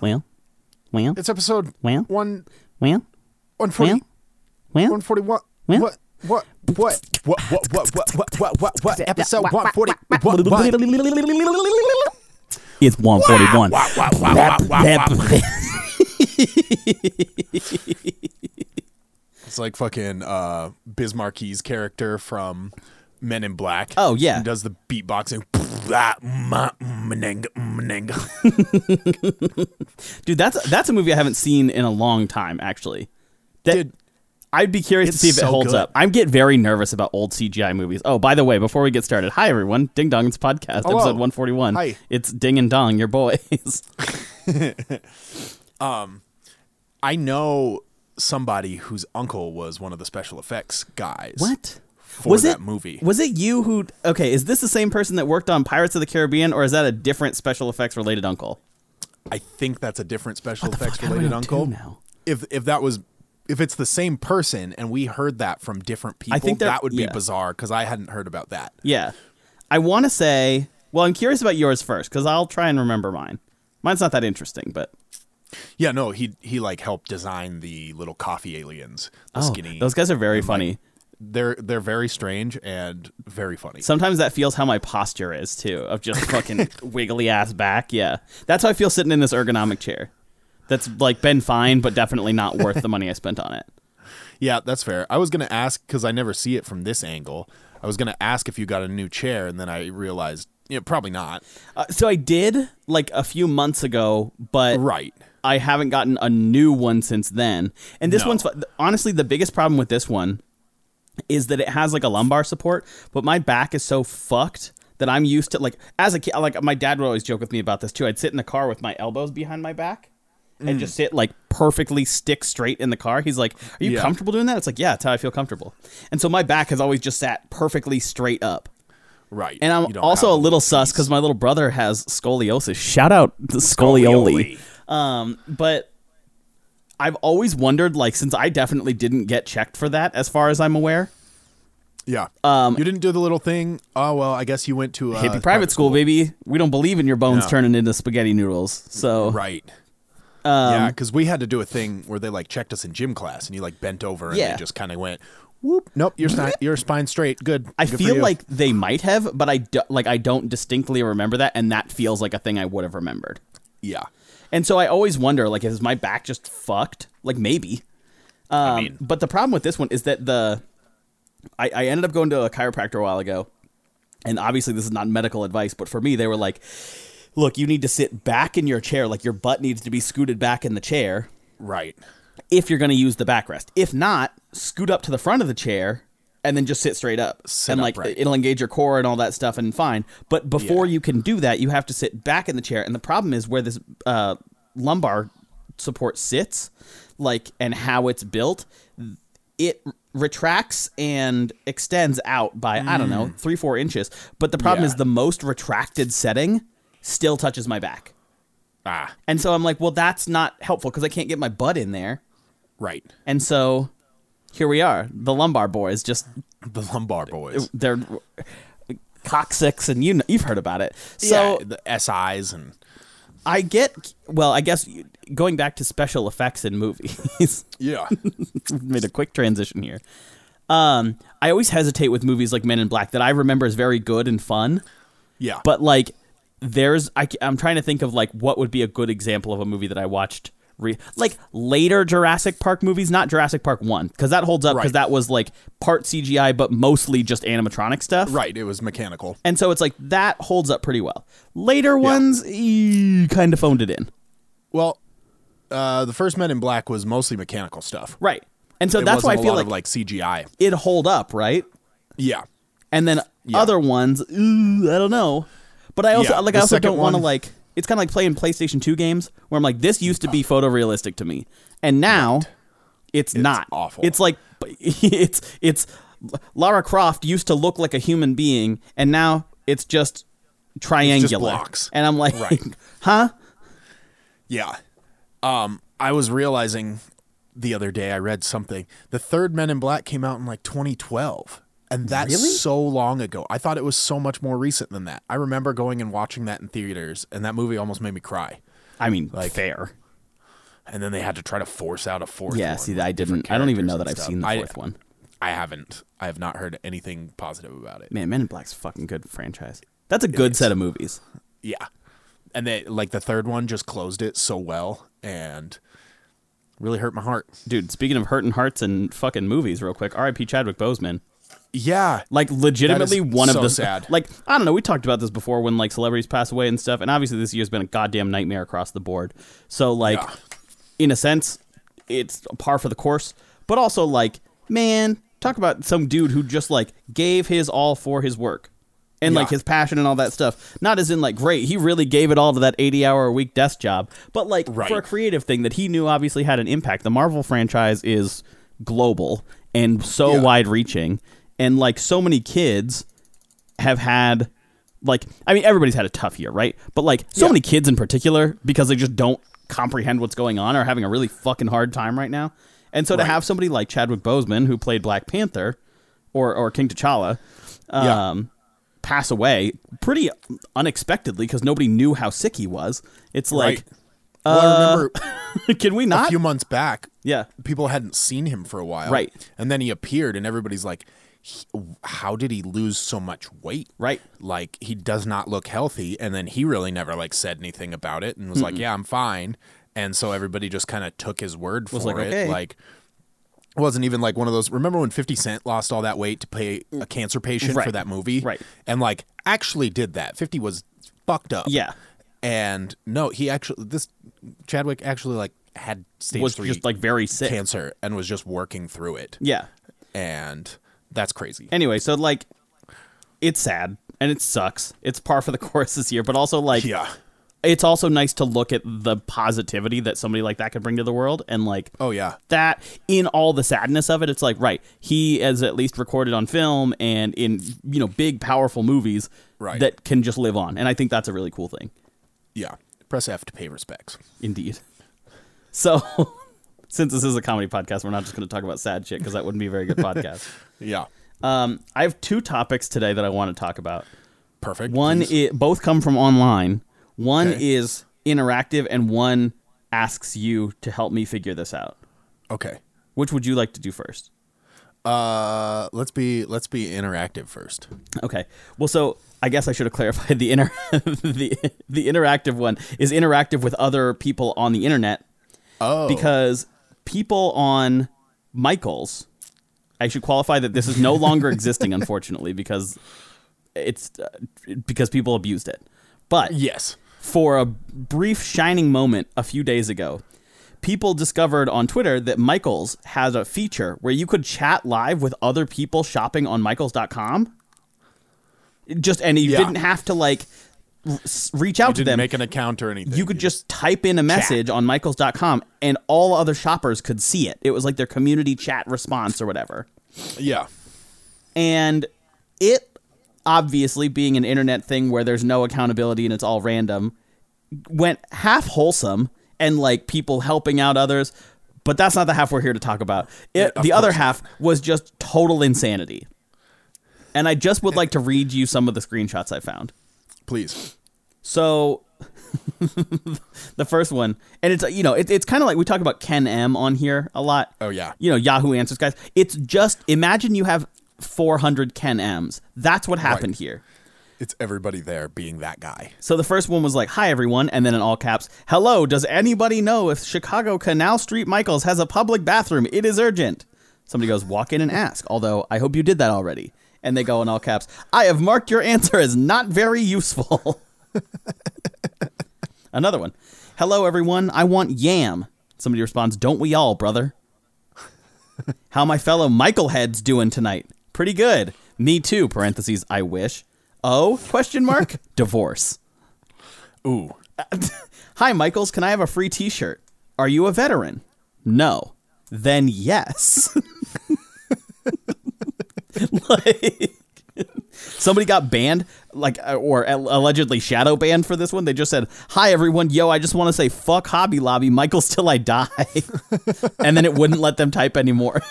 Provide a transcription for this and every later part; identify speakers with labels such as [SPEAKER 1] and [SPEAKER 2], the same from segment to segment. [SPEAKER 1] Well,
[SPEAKER 2] Uh, It's episode
[SPEAKER 1] Well?
[SPEAKER 2] one
[SPEAKER 1] well,
[SPEAKER 2] one forty
[SPEAKER 1] well,
[SPEAKER 2] one forty one.
[SPEAKER 1] Well?
[SPEAKER 2] What what what what what what what what what what what episode one forty one.
[SPEAKER 1] it's 141.
[SPEAKER 2] It's like fucking uh Bismarck's character from Men in Black.
[SPEAKER 1] Oh, yeah.
[SPEAKER 2] He does the beatboxing.
[SPEAKER 1] Dude, that's that's a movie I haven't seen in a long time, actually. That,
[SPEAKER 2] Dude,
[SPEAKER 1] I'd be curious to
[SPEAKER 2] it's
[SPEAKER 1] see if it
[SPEAKER 2] so
[SPEAKER 1] holds
[SPEAKER 2] good.
[SPEAKER 1] up. I get very nervous about old CGI movies. Oh, by the way, before we get started, hi everyone, Ding Dong's podcast,
[SPEAKER 2] Hello.
[SPEAKER 1] episode one forty one.
[SPEAKER 2] Oh, Hi.
[SPEAKER 1] It's Ding and Dong, your boys.
[SPEAKER 2] I know somebody whose uncle was one of the special effects guys.
[SPEAKER 1] What
[SPEAKER 2] For that
[SPEAKER 1] it,
[SPEAKER 2] movie.
[SPEAKER 1] Was it you who? Okay, is this the same person that worked on Pirates of the Caribbean, or is that a different special effects related uncle?
[SPEAKER 2] I think that's a different special effects
[SPEAKER 1] fuck? How do I
[SPEAKER 2] related
[SPEAKER 1] know two
[SPEAKER 2] uncle.
[SPEAKER 1] now?
[SPEAKER 2] If if that was if it's the same person and we heard that from different people,
[SPEAKER 1] think they're-
[SPEAKER 2] that would be
[SPEAKER 1] yeah.
[SPEAKER 2] bizarre because I hadn't heard about that.
[SPEAKER 1] Yeah, I want to say. Well, I'm curious about yours first because I'll try and remember mine. Mine's not that interesting, but
[SPEAKER 2] Yeah, no, he he like helped design the little coffee aliens, the
[SPEAKER 1] oh,
[SPEAKER 2] skinny.
[SPEAKER 1] those guys are very funny.
[SPEAKER 2] They're they're very strange and very funny.
[SPEAKER 1] Sometimes that feels how my posture is too, of just fucking wiggly ass back. Yeah, that's how I feel sitting in this ergonomic chair. That's like been fine, but definitely not worth the money I spent on it.
[SPEAKER 2] Yeah, that's fair. I was gonna ask because I never see it from this angle. I was gonna ask if you got a new chair, and then I realized, yeah, probably not.
[SPEAKER 1] Uh, so I did like a few months ago, but
[SPEAKER 2] Right.
[SPEAKER 1] I haven't gotten a new one since then. And this
[SPEAKER 2] No.
[SPEAKER 1] one's one's fu- honestly the biggest problem with this one is that it has like a lumbar support, but my back is so fucked that I'm used to like as a kid like my dad would always joke with me about this too. I'd sit in the car with my elbows behind my back
[SPEAKER 2] Mm.
[SPEAKER 1] and just sit like perfectly stick straight in the car. He's like, "Are you
[SPEAKER 2] Yeah.
[SPEAKER 1] comfortable doing that?" It's like, "Yeah, that's how I feel comfortable." And so my back has always just sat perfectly straight up.
[SPEAKER 2] Right.
[SPEAKER 1] And
[SPEAKER 2] You
[SPEAKER 1] I'm
[SPEAKER 2] don't
[SPEAKER 1] also a
[SPEAKER 2] have
[SPEAKER 1] little sus because my little brother has scoliosis. Shout out to Scolioli. Um, but I've always wondered, like, since I definitely didn't get checked for that, as far as I'm aware.
[SPEAKER 2] Yeah. Um, you didn't do the little thing. Oh well, I guess you went to uh,
[SPEAKER 1] Hippie private, school, baby. We don't believe in your bones
[SPEAKER 2] No.
[SPEAKER 1] turning into spaghetti noodles. So
[SPEAKER 2] Right. Um, yeah, because we had to do a thing where they like checked us in gym class, and you like bent over, and
[SPEAKER 1] Yeah.
[SPEAKER 2] they just kind of went, "Whoop, nope, your spine, your spine straight, good."
[SPEAKER 1] I
[SPEAKER 2] Good for
[SPEAKER 1] feel
[SPEAKER 2] you."
[SPEAKER 1] like they might have, but I do, like I don't distinctly remember that, and that feels like a thing I would have remembered.
[SPEAKER 2] yeah,
[SPEAKER 1] And so I always wonder, like, is my back just fucked? Like, maybe. Um,
[SPEAKER 2] mean-
[SPEAKER 1] but the problem with this one is that the I, I ended up going to a chiropractor a while ago, and obviously this is not medical advice, but for me they were like, "Look, you need to sit back in your chair. Like your butt needs to be scooted back in the chair
[SPEAKER 2] right.
[SPEAKER 1] if you're going to use the backrest. If not, scoot up to the front of the chair." And then just sit straight up,
[SPEAKER 2] Sit
[SPEAKER 1] and
[SPEAKER 2] up,
[SPEAKER 1] like
[SPEAKER 2] right.
[SPEAKER 1] it'll engage your core and all that stuff, and fine. But before
[SPEAKER 2] Yeah.
[SPEAKER 1] you can do that, you have to sit back in the chair. And the problem is where this uh, lumbar support sits, like, and how it's built. It retracts and extends out by I don't know three four inches. But the problem
[SPEAKER 2] Mm. Yeah.
[SPEAKER 1] is the most retracted setting still touches my back,
[SPEAKER 2] Ah,
[SPEAKER 1] and so I'm like, well, that's not helpful because I can't get my butt in there.
[SPEAKER 2] right.
[SPEAKER 1] And so here we are, the lumbar boys, just
[SPEAKER 2] The lumbar boys.
[SPEAKER 1] they're coccyx, and you know, you've heard about it. So
[SPEAKER 2] yeah, the SIs and
[SPEAKER 1] I get well, I guess you- going back to special effects in movies,
[SPEAKER 2] yeah,
[SPEAKER 1] made a quick transition here. Um, I always hesitate with movies like Men in Black that I remember as very good and fun,
[SPEAKER 2] yeah.
[SPEAKER 1] but like there's I, am trying to think of like what would be a good example of a movie that I watched. Re- like later Jurassic Park movies, not Jurassic Park one, because that holds up because
[SPEAKER 2] Right.
[SPEAKER 1] that was like part CGI but mostly just animatronic stuff.
[SPEAKER 2] right, it was mechanical.
[SPEAKER 1] And so it's like that holds up pretty well. Later ones eh, kind of phoned it in.
[SPEAKER 2] Well, uh, the first Men in Black was mostly mechanical stuff.
[SPEAKER 1] Right. And so
[SPEAKER 2] It
[SPEAKER 1] that's why I
[SPEAKER 2] wasn't a
[SPEAKER 1] feel
[SPEAKER 2] lot
[SPEAKER 1] like,
[SPEAKER 2] of like CGI.
[SPEAKER 1] it hold up, right?
[SPEAKER 2] Yeah,
[SPEAKER 1] And then other ones, eh, I don't know. But I also
[SPEAKER 2] Yeah,
[SPEAKER 1] like
[SPEAKER 2] the
[SPEAKER 1] I also
[SPEAKER 2] second
[SPEAKER 1] don't want to
[SPEAKER 2] one-
[SPEAKER 1] like it's kind of like playing PlayStation 2 games where I'm like this used to be photorealistic to me and now it's, not.
[SPEAKER 2] awful.
[SPEAKER 1] It's like it's it's Lara Croft used to look like a human being and now it's just triangular.
[SPEAKER 2] blocks.
[SPEAKER 1] And I'm like,
[SPEAKER 2] Right.
[SPEAKER 1] "Huh?
[SPEAKER 2] yeah. Um, I was realizing the other day I read something. The third Men in Black came out in like 2012. And that's
[SPEAKER 1] Really?
[SPEAKER 2] so long ago. I thought it was so much more recent than that. I remember going and watching that in theaters, and that movie almost made me cry.
[SPEAKER 1] I mean, fair.
[SPEAKER 2] and then they had to try to force out a fourth.
[SPEAKER 1] Yeah,
[SPEAKER 2] one
[SPEAKER 1] see,
[SPEAKER 2] with
[SPEAKER 1] I
[SPEAKER 2] different
[SPEAKER 1] didn't. I don't
[SPEAKER 2] characters
[SPEAKER 1] even know
[SPEAKER 2] and
[SPEAKER 1] that I've
[SPEAKER 2] stuff.
[SPEAKER 1] seen the
[SPEAKER 2] I-
[SPEAKER 1] fourth one.
[SPEAKER 2] I haven't. I have not heard anything positive about it.
[SPEAKER 1] Man, Men in Black's a fucking good franchise. That's a good set of movies.
[SPEAKER 2] Yeah. And they like the third one just closed it so well and really hurt my heart.
[SPEAKER 1] Dude, speaking of hurting hearts and fucking movies, real quick, R.I.P. Chadwick Boseman.
[SPEAKER 2] Yeah.
[SPEAKER 1] Like, legitimately one
[SPEAKER 2] so
[SPEAKER 1] of the.
[SPEAKER 2] sad.
[SPEAKER 1] Like, I don't know. We talked about this before when, like, celebrities pass away and stuff. And obviously, this year's been a goddamn nightmare across the board. So, like,
[SPEAKER 2] Yeah.
[SPEAKER 1] in a sense, it's par for the course. But also, like, man, talk about some dude who just, like, gave his all for his work and, like,
[SPEAKER 2] Yeah.
[SPEAKER 1] his passion and all that stuff. Not as in, like, great, he really gave it all to that 80 hour a week desk job, but, like,
[SPEAKER 2] Right.
[SPEAKER 1] for a creative thing that he knew obviously had an impact. The Marvel franchise is global and so
[SPEAKER 2] Yeah.
[SPEAKER 1] wide reaching. And, like, so many kids have had like I mean everybody's had a tough year, right? But like so
[SPEAKER 2] Yeah.
[SPEAKER 1] many kids in particular because they just don't comprehend what's going on are having a really fucking hard time right now. And so to
[SPEAKER 2] Right.
[SPEAKER 1] have somebody like Chadwick Boseman who played Black Panther or or King T'Challa
[SPEAKER 2] Yeah.
[SPEAKER 1] um pass away pretty unexpectedly because nobody knew how sick he was. It's like
[SPEAKER 2] right.
[SPEAKER 1] Uh,
[SPEAKER 2] well, I remember
[SPEAKER 1] can we
[SPEAKER 2] a
[SPEAKER 1] not?
[SPEAKER 2] few months back,
[SPEAKER 1] yeah.
[SPEAKER 2] people hadn't seen him for a while.
[SPEAKER 1] Right.
[SPEAKER 2] And then he appeared and everybody's like "He- how did he lose so much weight?
[SPEAKER 1] Right.
[SPEAKER 2] Like he does not look healthy and then he really never like said anything about it and was like, "Yeah, I'm fine." And so everybody just kind of took his word for
[SPEAKER 1] like,
[SPEAKER 2] it.
[SPEAKER 1] "Okay."
[SPEAKER 2] Like it wasn't even like one of those. Remember when 50 Cent lost all that weight to pay a cancer patient
[SPEAKER 1] Right.
[SPEAKER 2] for that movie?
[SPEAKER 1] Right.
[SPEAKER 2] And like actually did that. 50 was fucked up.
[SPEAKER 1] Yeah.
[SPEAKER 2] And no, he actually, this Chadwick actually like had stage
[SPEAKER 1] Was
[SPEAKER 2] three
[SPEAKER 1] just like very sick.
[SPEAKER 2] cancer and was just working through it.
[SPEAKER 1] Yeah.
[SPEAKER 2] And that's crazy.
[SPEAKER 1] Anyway, so like it's sad and it sucks. It's par for the course this year, but also like
[SPEAKER 2] yeah.
[SPEAKER 1] it's also nice to look at the positivity that somebody like that could bring to the world and like
[SPEAKER 2] Oh, yeah.
[SPEAKER 1] that in all the sadness of it it's like right he is at least recorded on film and in you know big powerful movies
[SPEAKER 2] Right.
[SPEAKER 1] that can just live on and i think that's a really cool thing
[SPEAKER 2] Yeah. Press F to pay respects.
[SPEAKER 1] indeed so since this is a comedy podcast we're not just going to talk about sad shit because that wouldn't be a very good podcast
[SPEAKER 2] Yeah.
[SPEAKER 1] um, i have two topics today that i want to talk about
[SPEAKER 2] Perfect.
[SPEAKER 1] One
[SPEAKER 2] Please.
[SPEAKER 1] is both come from online. One
[SPEAKER 2] Okay.
[SPEAKER 1] is interactive, and one asks you to help me figure this out.
[SPEAKER 2] okay.
[SPEAKER 1] Which would you like to do first?
[SPEAKER 2] Uh, let's be let's be interactive first.
[SPEAKER 1] Okay. Well, so I guess I should have clarified the inter the the interactive one is interactive with other people on the internet
[SPEAKER 2] Oh,
[SPEAKER 1] because people on Michaels. I should qualify that this is no longer existing, unfortunately, because it's uh, because people abused it. But
[SPEAKER 2] yes.
[SPEAKER 1] for a brief shining moment a few days ago. People discovered on Twitter that Michaels has a feature where you could chat live with other people shopping on Michaels.com. Just and you
[SPEAKER 2] Yeah.
[SPEAKER 1] didn't have to like r- s- reach out to
[SPEAKER 2] Didn't
[SPEAKER 1] them.
[SPEAKER 2] make an account or anything.
[SPEAKER 1] you could just type in a message on Michaels.com and all other shoppers could see it. It was like their community chat response or whatever
[SPEAKER 2] yeah.
[SPEAKER 1] and it obviously being an internet thing where there's no accountability and it's all random went half wholesome and like people helping out others but that's not the half we're here to talk about it,
[SPEAKER 2] of
[SPEAKER 1] the other
[SPEAKER 2] course
[SPEAKER 1] half was just total insanity and i just
[SPEAKER 2] Eh.
[SPEAKER 1] would like to read you some of the screenshots i found
[SPEAKER 2] Please.
[SPEAKER 1] so the first one, and it's uh, you know it, it's kind of like we talk about Ken M on here a lot.
[SPEAKER 2] Oh, yeah.
[SPEAKER 1] you know Yahoo Answers guys. It's just imagine you have 400 Ken M's. That's what happened
[SPEAKER 2] Right.
[SPEAKER 1] here.
[SPEAKER 2] It's everybody there being that guy.
[SPEAKER 1] So the first one was like, "Hi everyone," and then in all caps, "Hello, does anybody know if Chicago Canal Street Michaels has a public bathroom? It is urgent." Somebody goes, "Walk in and ask." Although I hope you did that already. And they go in all caps, "I have marked your answer as not very useful." Another one. Hello everyone, I want yam. Somebody responds, "Don't we all, brother?" How my fellow Michael heads doing tonight? Pretty good. Me too. Parentheses. I wish. Oh? Question mark. Divorce.
[SPEAKER 2] Ooh.
[SPEAKER 1] Hi, Michaels. Can I have a free t shirt? Are you a veteran? No. Then yes. like, somebody got banned, like, uh, or al- allegedly shadow banned for this one. They just said, Hi, everyone. Yo, I just want to say fuck Hobby Lobby, Michaels till I die. and then it wouldn't let them type anymore.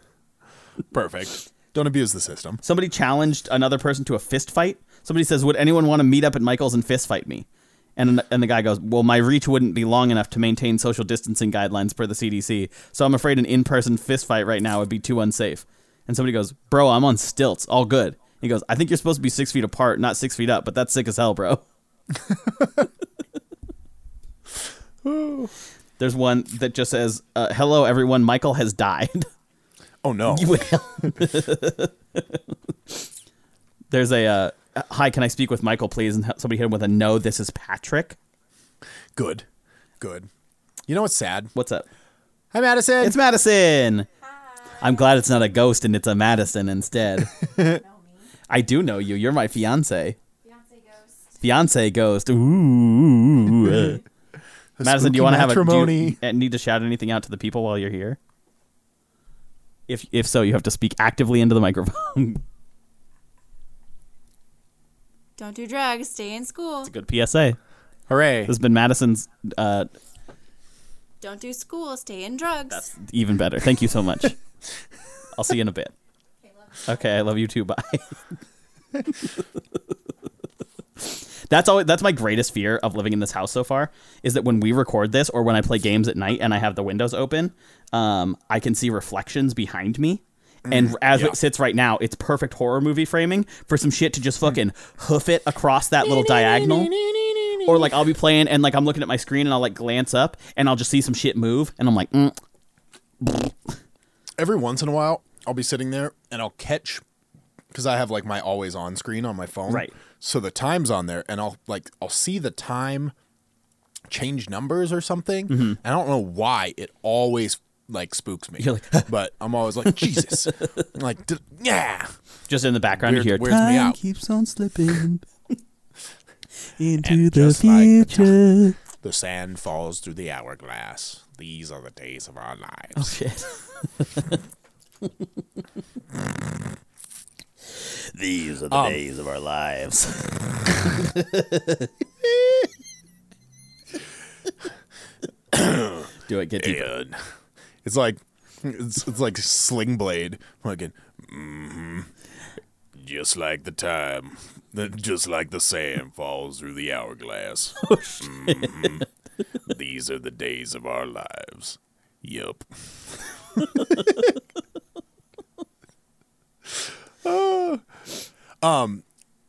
[SPEAKER 2] Perfect. Don't abuse the system.
[SPEAKER 1] Somebody challenged another person to a fist fight. Somebody says, "Would anyone want to meet up at Michael's and fist fight me?" And, and the guy goes, Well, my reach wouldn't be long enough to maintain social distancing guidelines per the CDC, so I'm afraid an in person fistfight right now would be too unsafe. And somebody goes, Bro, I'm on stilts, all good. He goes, I think you're supposed to be six feet apart, not six feet up, but that's sick as hell, bro. There's one that just says, uh, Hello, everyone, Michael has died.
[SPEAKER 2] Oh no.
[SPEAKER 1] Well, there's a uh, hi. Can I speak with Michael, please? And somebody hit him with a no. This is Patrick.
[SPEAKER 2] Good. Good. You know what's sad?
[SPEAKER 1] What's up?
[SPEAKER 2] Hi Madison.
[SPEAKER 1] It's Madison. I'm glad it's not a ghost and it's a Madison instead.
[SPEAKER 3] No, me.
[SPEAKER 1] I do know you. You're my fiance.
[SPEAKER 3] Beyonce Ghost.
[SPEAKER 1] Fiance ghost. Ooh. Madison, do you
[SPEAKER 2] spooky
[SPEAKER 1] want to have a do you
[SPEAKER 2] matrimony.
[SPEAKER 1] uh, need to shout anything out to the people while you're here? If if so, you have to speak actively into the microphone.
[SPEAKER 3] Don't do drugs. Stay in school.
[SPEAKER 1] Good PSA.
[SPEAKER 2] Hooray.
[SPEAKER 1] This has been Madison's uh,
[SPEAKER 3] Don't do school. Stay in drugs.
[SPEAKER 1] even better. Thank you so much. I'll see you in a bit. Okay, I love you too. Bye. that's always that's my greatest fear of living in this house so far is that when we record this or when I play games at night and I have the windows open, um, I can see reflections behind me. And as
[SPEAKER 2] yeah.
[SPEAKER 1] it sits right now, it's perfect horror movie framing for some shit to just fucking hoof it across that little diagonal or like I'll be playing and like I'm looking at my screen and I'll like glance up and I'll just see some shit move and I'm like, mm.
[SPEAKER 2] Every once in a while, I'll be sitting there and I'll catch because I have like my always on screen on my phone.
[SPEAKER 1] Right.
[SPEAKER 2] So the time's on there and I'll like I'll see the time change numbers or something.
[SPEAKER 1] Mm-hmm.
[SPEAKER 2] And I don't know why it always like spooks me.
[SPEAKER 1] You're like,
[SPEAKER 2] but I'm always like, Jesus. like, d- yeah.
[SPEAKER 1] just in the background
[SPEAKER 2] Weird-
[SPEAKER 1] you hear
[SPEAKER 2] weirds me out.
[SPEAKER 1] keeps on slipping into
[SPEAKER 2] And just like the The sand falls through the hourglass. These are the days of our lives.
[SPEAKER 1] shit. These are the
[SPEAKER 2] Um,
[SPEAKER 1] days of our lives. Do it. Get deeper.
[SPEAKER 2] And it's like it's, it's like sling blade. Fucking mm-hmm. mm just like the time. that- Just like the sand falls through the hourglass. Mhm. These are the days of our lives. Yup. Ah. um,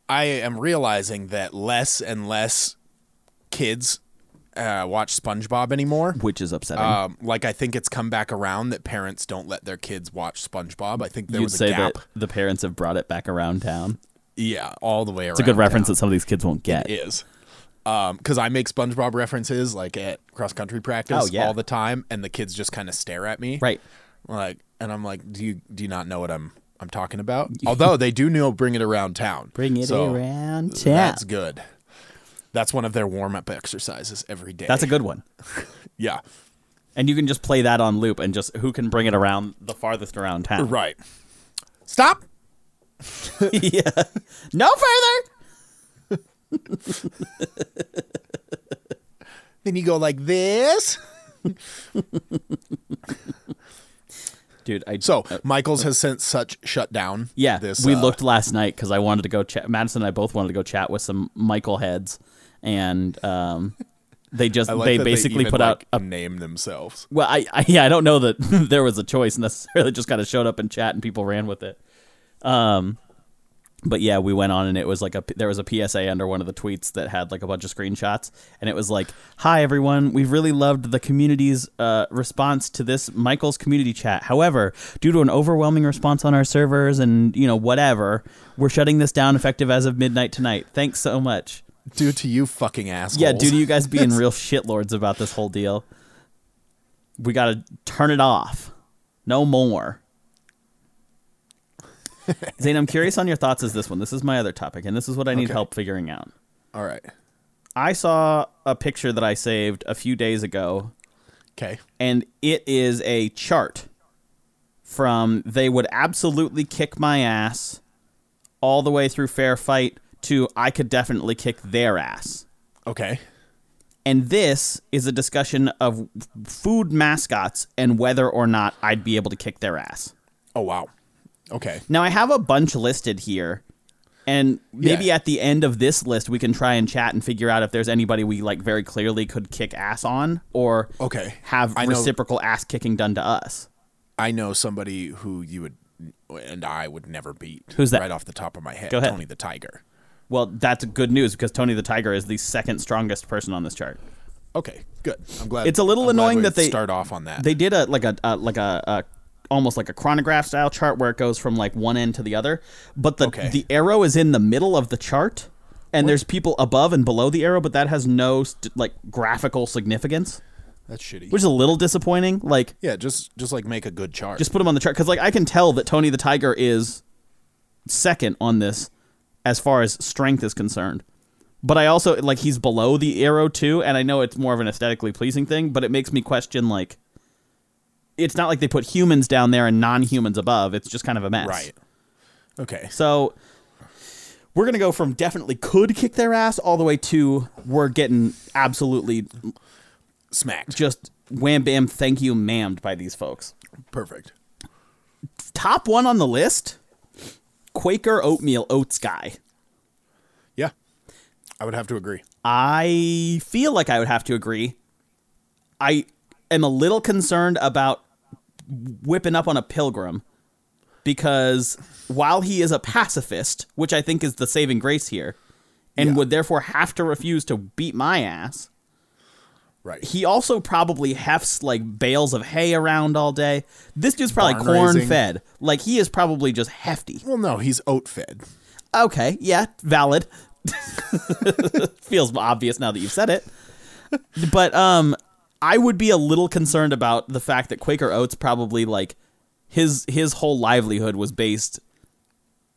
[SPEAKER 2] I am realizing that less and less kids uh, watch SpongeBob anymore.
[SPEAKER 1] Which is upsetting.
[SPEAKER 2] Um, like I think it's come back around that parents don't let their kids watch SpongeBob. I think there
[SPEAKER 1] You'd
[SPEAKER 2] was a
[SPEAKER 1] say
[SPEAKER 2] gap.
[SPEAKER 1] that the parents have brought it back around town.
[SPEAKER 2] Yeah, all the way around.
[SPEAKER 1] It's a good reference that some of these kids won't get.
[SPEAKER 2] Is because I make SpongeBob references like at cross country practice
[SPEAKER 1] Oh, yeah.
[SPEAKER 2] all the time, and the kids just kind of stare at me.
[SPEAKER 1] Right.
[SPEAKER 2] Like, and I'm like, do you do you not know what I'm I'm talking about? Although they do know bring it around town.
[SPEAKER 1] Bring it
[SPEAKER 2] So,
[SPEAKER 1] around town.
[SPEAKER 2] That's good. That's one of their warm up exercises every day.
[SPEAKER 1] That's a good one.
[SPEAKER 2] yeah.
[SPEAKER 1] And you can just play that on loop and just who can bring it around the farthest around town.
[SPEAKER 2] Right. Stop.
[SPEAKER 1] yeah. No further.
[SPEAKER 2] Then you go like this.
[SPEAKER 1] Dude, I
[SPEAKER 2] So Michael's has since such shut down.
[SPEAKER 1] Uh, yeah,
[SPEAKER 2] this
[SPEAKER 1] we
[SPEAKER 2] uh,
[SPEAKER 1] looked last night because I wanted to go chat. Madison and I both wanted to go chat with some Michael heads, and um, they just
[SPEAKER 2] uh, I like
[SPEAKER 1] they
[SPEAKER 2] that
[SPEAKER 1] basically
[SPEAKER 2] even,
[SPEAKER 1] put out
[SPEAKER 2] like,
[SPEAKER 1] a
[SPEAKER 2] name themselves.
[SPEAKER 1] well, I, I yeah, I don't know that there was a choice necessarily. Just kind of showed up in chat and people ran with it. Um, but yeah, we went on and it was like a there was a PSA under one of the tweets that had like a bunch of screenshots and it was like, "Hi everyone, we've really loved the community's uh, response to this Michael's community chat. However, due to an overwhelming response on our servers and you know whatever, we're shutting this down effective as of midnight tonight. Thanks so much."
[SPEAKER 2] Due to you fucking assholes.
[SPEAKER 1] Yeah, due to you guys being real shitlords about this whole deal, we got to turn it off. No more. Zane, I'm curious on your thoughts as this one. This is my other topic, and this is what I need
[SPEAKER 2] Okay.
[SPEAKER 1] help figuring out.
[SPEAKER 2] All right.
[SPEAKER 1] I saw a picture that I saved a few days ago,
[SPEAKER 2] Okay.
[SPEAKER 1] and it is a chart from they would absolutely kick my ass all the way through fair fight to I could definitely kick their ass.
[SPEAKER 2] Okay.
[SPEAKER 1] And this is a discussion of food mascots and whether or not I'd be able to kick their ass.
[SPEAKER 2] Oh wow. Okay.
[SPEAKER 1] Now, I have a bunch listed here And maybe
[SPEAKER 2] Yeah.
[SPEAKER 1] at the end of this list, we can try and chat and figure out if there's anybody we like very clearly could kick ass on or
[SPEAKER 2] Okay.
[SPEAKER 1] have
[SPEAKER 2] I know-
[SPEAKER 1] reciprocal ass kicking done to us.
[SPEAKER 2] I know somebody who you would and I would never beat.
[SPEAKER 1] Who's that?
[SPEAKER 2] Right off the top of my head,
[SPEAKER 1] Go ahead.
[SPEAKER 2] Tony the Tiger.
[SPEAKER 1] Well, that's good news because Tony the Tiger is the second strongest person on this chart.
[SPEAKER 2] Okay, good. I'm glad.
[SPEAKER 1] It's a little
[SPEAKER 2] I'm glad
[SPEAKER 1] annoying
[SPEAKER 2] we
[SPEAKER 1] that they-
[SPEAKER 2] start off on that.
[SPEAKER 1] They did a like a, a like a, a almost like a chronograph style chart where it goes from like one end to the other, but the
[SPEAKER 2] Okay.
[SPEAKER 1] the arrow is in the middle of the chart, and there's people above and below the arrow, but that has no st- like graphical significance,
[SPEAKER 2] That's shitty.
[SPEAKER 1] which is a little disappointing. Like
[SPEAKER 2] yeah, just just like make a good chart.
[SPEAKER 1] just put him on the chart because like I can tell that Tony the Tiger is second on this as far as strength is concerned. But I also like he's below the arrow too, and I know it's more of an aesthetically pleasing thing, but it makes me question like it's not like they put humans down there and non-humans above. It's just kind of a mess.
[SPEAKER 2] right. Okay.
[SPEAKER 1] So we're gonna go from definitely could kick their ass all the way to we're getting absolutely
[SPEAKER 2] Smacked.
[SPEAKER 1] just wham bam thank you ma'amed by these folks.
[SPEAKER 2] Perfect.
[SPEAKER 1] top one on the list quaker oatmeal oats guy
[SPEAKER 2] Yeah. I would have to agree.
[SPEAKER 1] i feel like i would have to agree i am a little concerned about whipping up on a pilgrim because while he is a pacifist which i think is the saving grace here and
[SPEAKER 2] Yeah.
[SPEAKER 1] would therefore have to refuse to beat my ass
[SPEAKER 2] Right.
[SPEAKER 1] he also probably hefts like bales of hay around all day this dude's probably
[SPEAKER 2] Barn
[SPEAKER 1] corn
[SPEAKER 2] raising.
[SPEAKER 1] fed like he is probably just hefty
[SPEAKER 2] well, no, he's oat fed.
[SPEAKER 1] Okay, yeah, valid. Feels obvious now that you've said it. But um I would be a little concerned about the fact that Quaker Oats probably like his his whole livelihood was based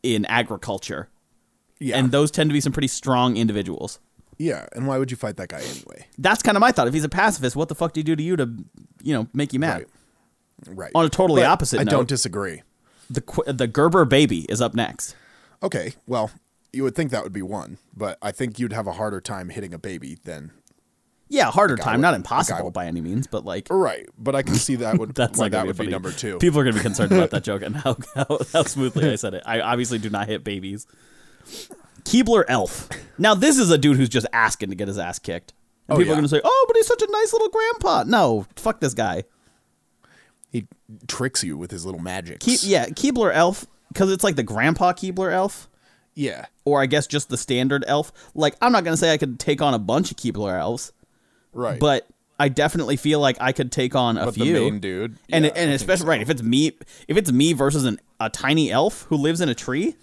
[SPEAKER 1] in agriculture.
[SPEAKER 2] Yeah.
[SPEAKER 1] And those tend to be some pretty strong individuals.
[SPEAKER 2] yeah. And why would you fight that guy anyway?
[SPEAKER 1] That's kind of my thought. If he's a pacifist, what the fuck do you do to you to, you know, make you mad?
[SPEAKER 2] Right. Right.
[SPEAKER 1] On a totally
[SPEAKER 2] But
[SPEAKER 1] opposite
[SPEAKER 2] I
[SPEAKER 1] note-
[SPEAKER 2] don't disagree.
[SPEAKER 1] The Qu- the Gerber baby is up next.
[SPEAKER 2] Okay. Well, you would think that would be one, but I think you'd have a harder time hitting a baby than
[SPEAKER 1] Yeah, harder
[SPEAKER 2] guy
[SPEAKER 1] time,
[SPEAKER 2] would-
[SPEAKER 1] not
[SPEAKER 2] the guy
[SPEAKER 1] impossible
[SPEAKER 2] would-
[SPEAKER 1] by any means, but like
[SPEAKER 2] Right, but I can see that would
[SPEAKER 1] That's
[SPEAKER 2] why
[SPEAKER 1] not
[SPEAKER 2] that
[SPEAKER 1] gonna
[SPEAKER 2] would be
[SPEAKER 1] funny.
[SPEAKER 2] number two.
[SPEAKER 1] People are going to be concerned about that joke and how, how, how smoothly I said it. I obviously do not hit babies. Keebler Elf. Now this is a dude who's just asking to get his ass kicked. And
[SPEAKER 2] Oh,
[SPEAKER 1] people
[SPEAKER 2] yeah.
[SPEAKER 1] are going to say, "Oh, but he's such a nice little grandpa." No, fuck this guy.
[SPEAKER 2] He tricks you with his little magic.
[SPEAKER 1] Ke- yeah, Keebler Elf because it's like the grandpa Keebler Elf,
[SPEAKER 2] yeah,
[SPEAKER 1] or I guess just the standard elf. Like I'm not going to say I could take on a bunch of Keebler Elves,
[SPEAKER 2] right.
[SPEAKER 1] but I definitely feel like I could take on a
[SPEAKER 2] but the
[SPEAKER 1] few.
[SPEAKER 2] main dude,
[SPEAKER 1] and
[SPEAKER 2] yeah,
[SPEAKER 1] and
[SPEAKER 2] I think
[SPEAKER 1] especially
[SPEAKER 2] so.
[SPEAKER 1] right if it's me if it's me versus an, a tiny elf who lives in a tree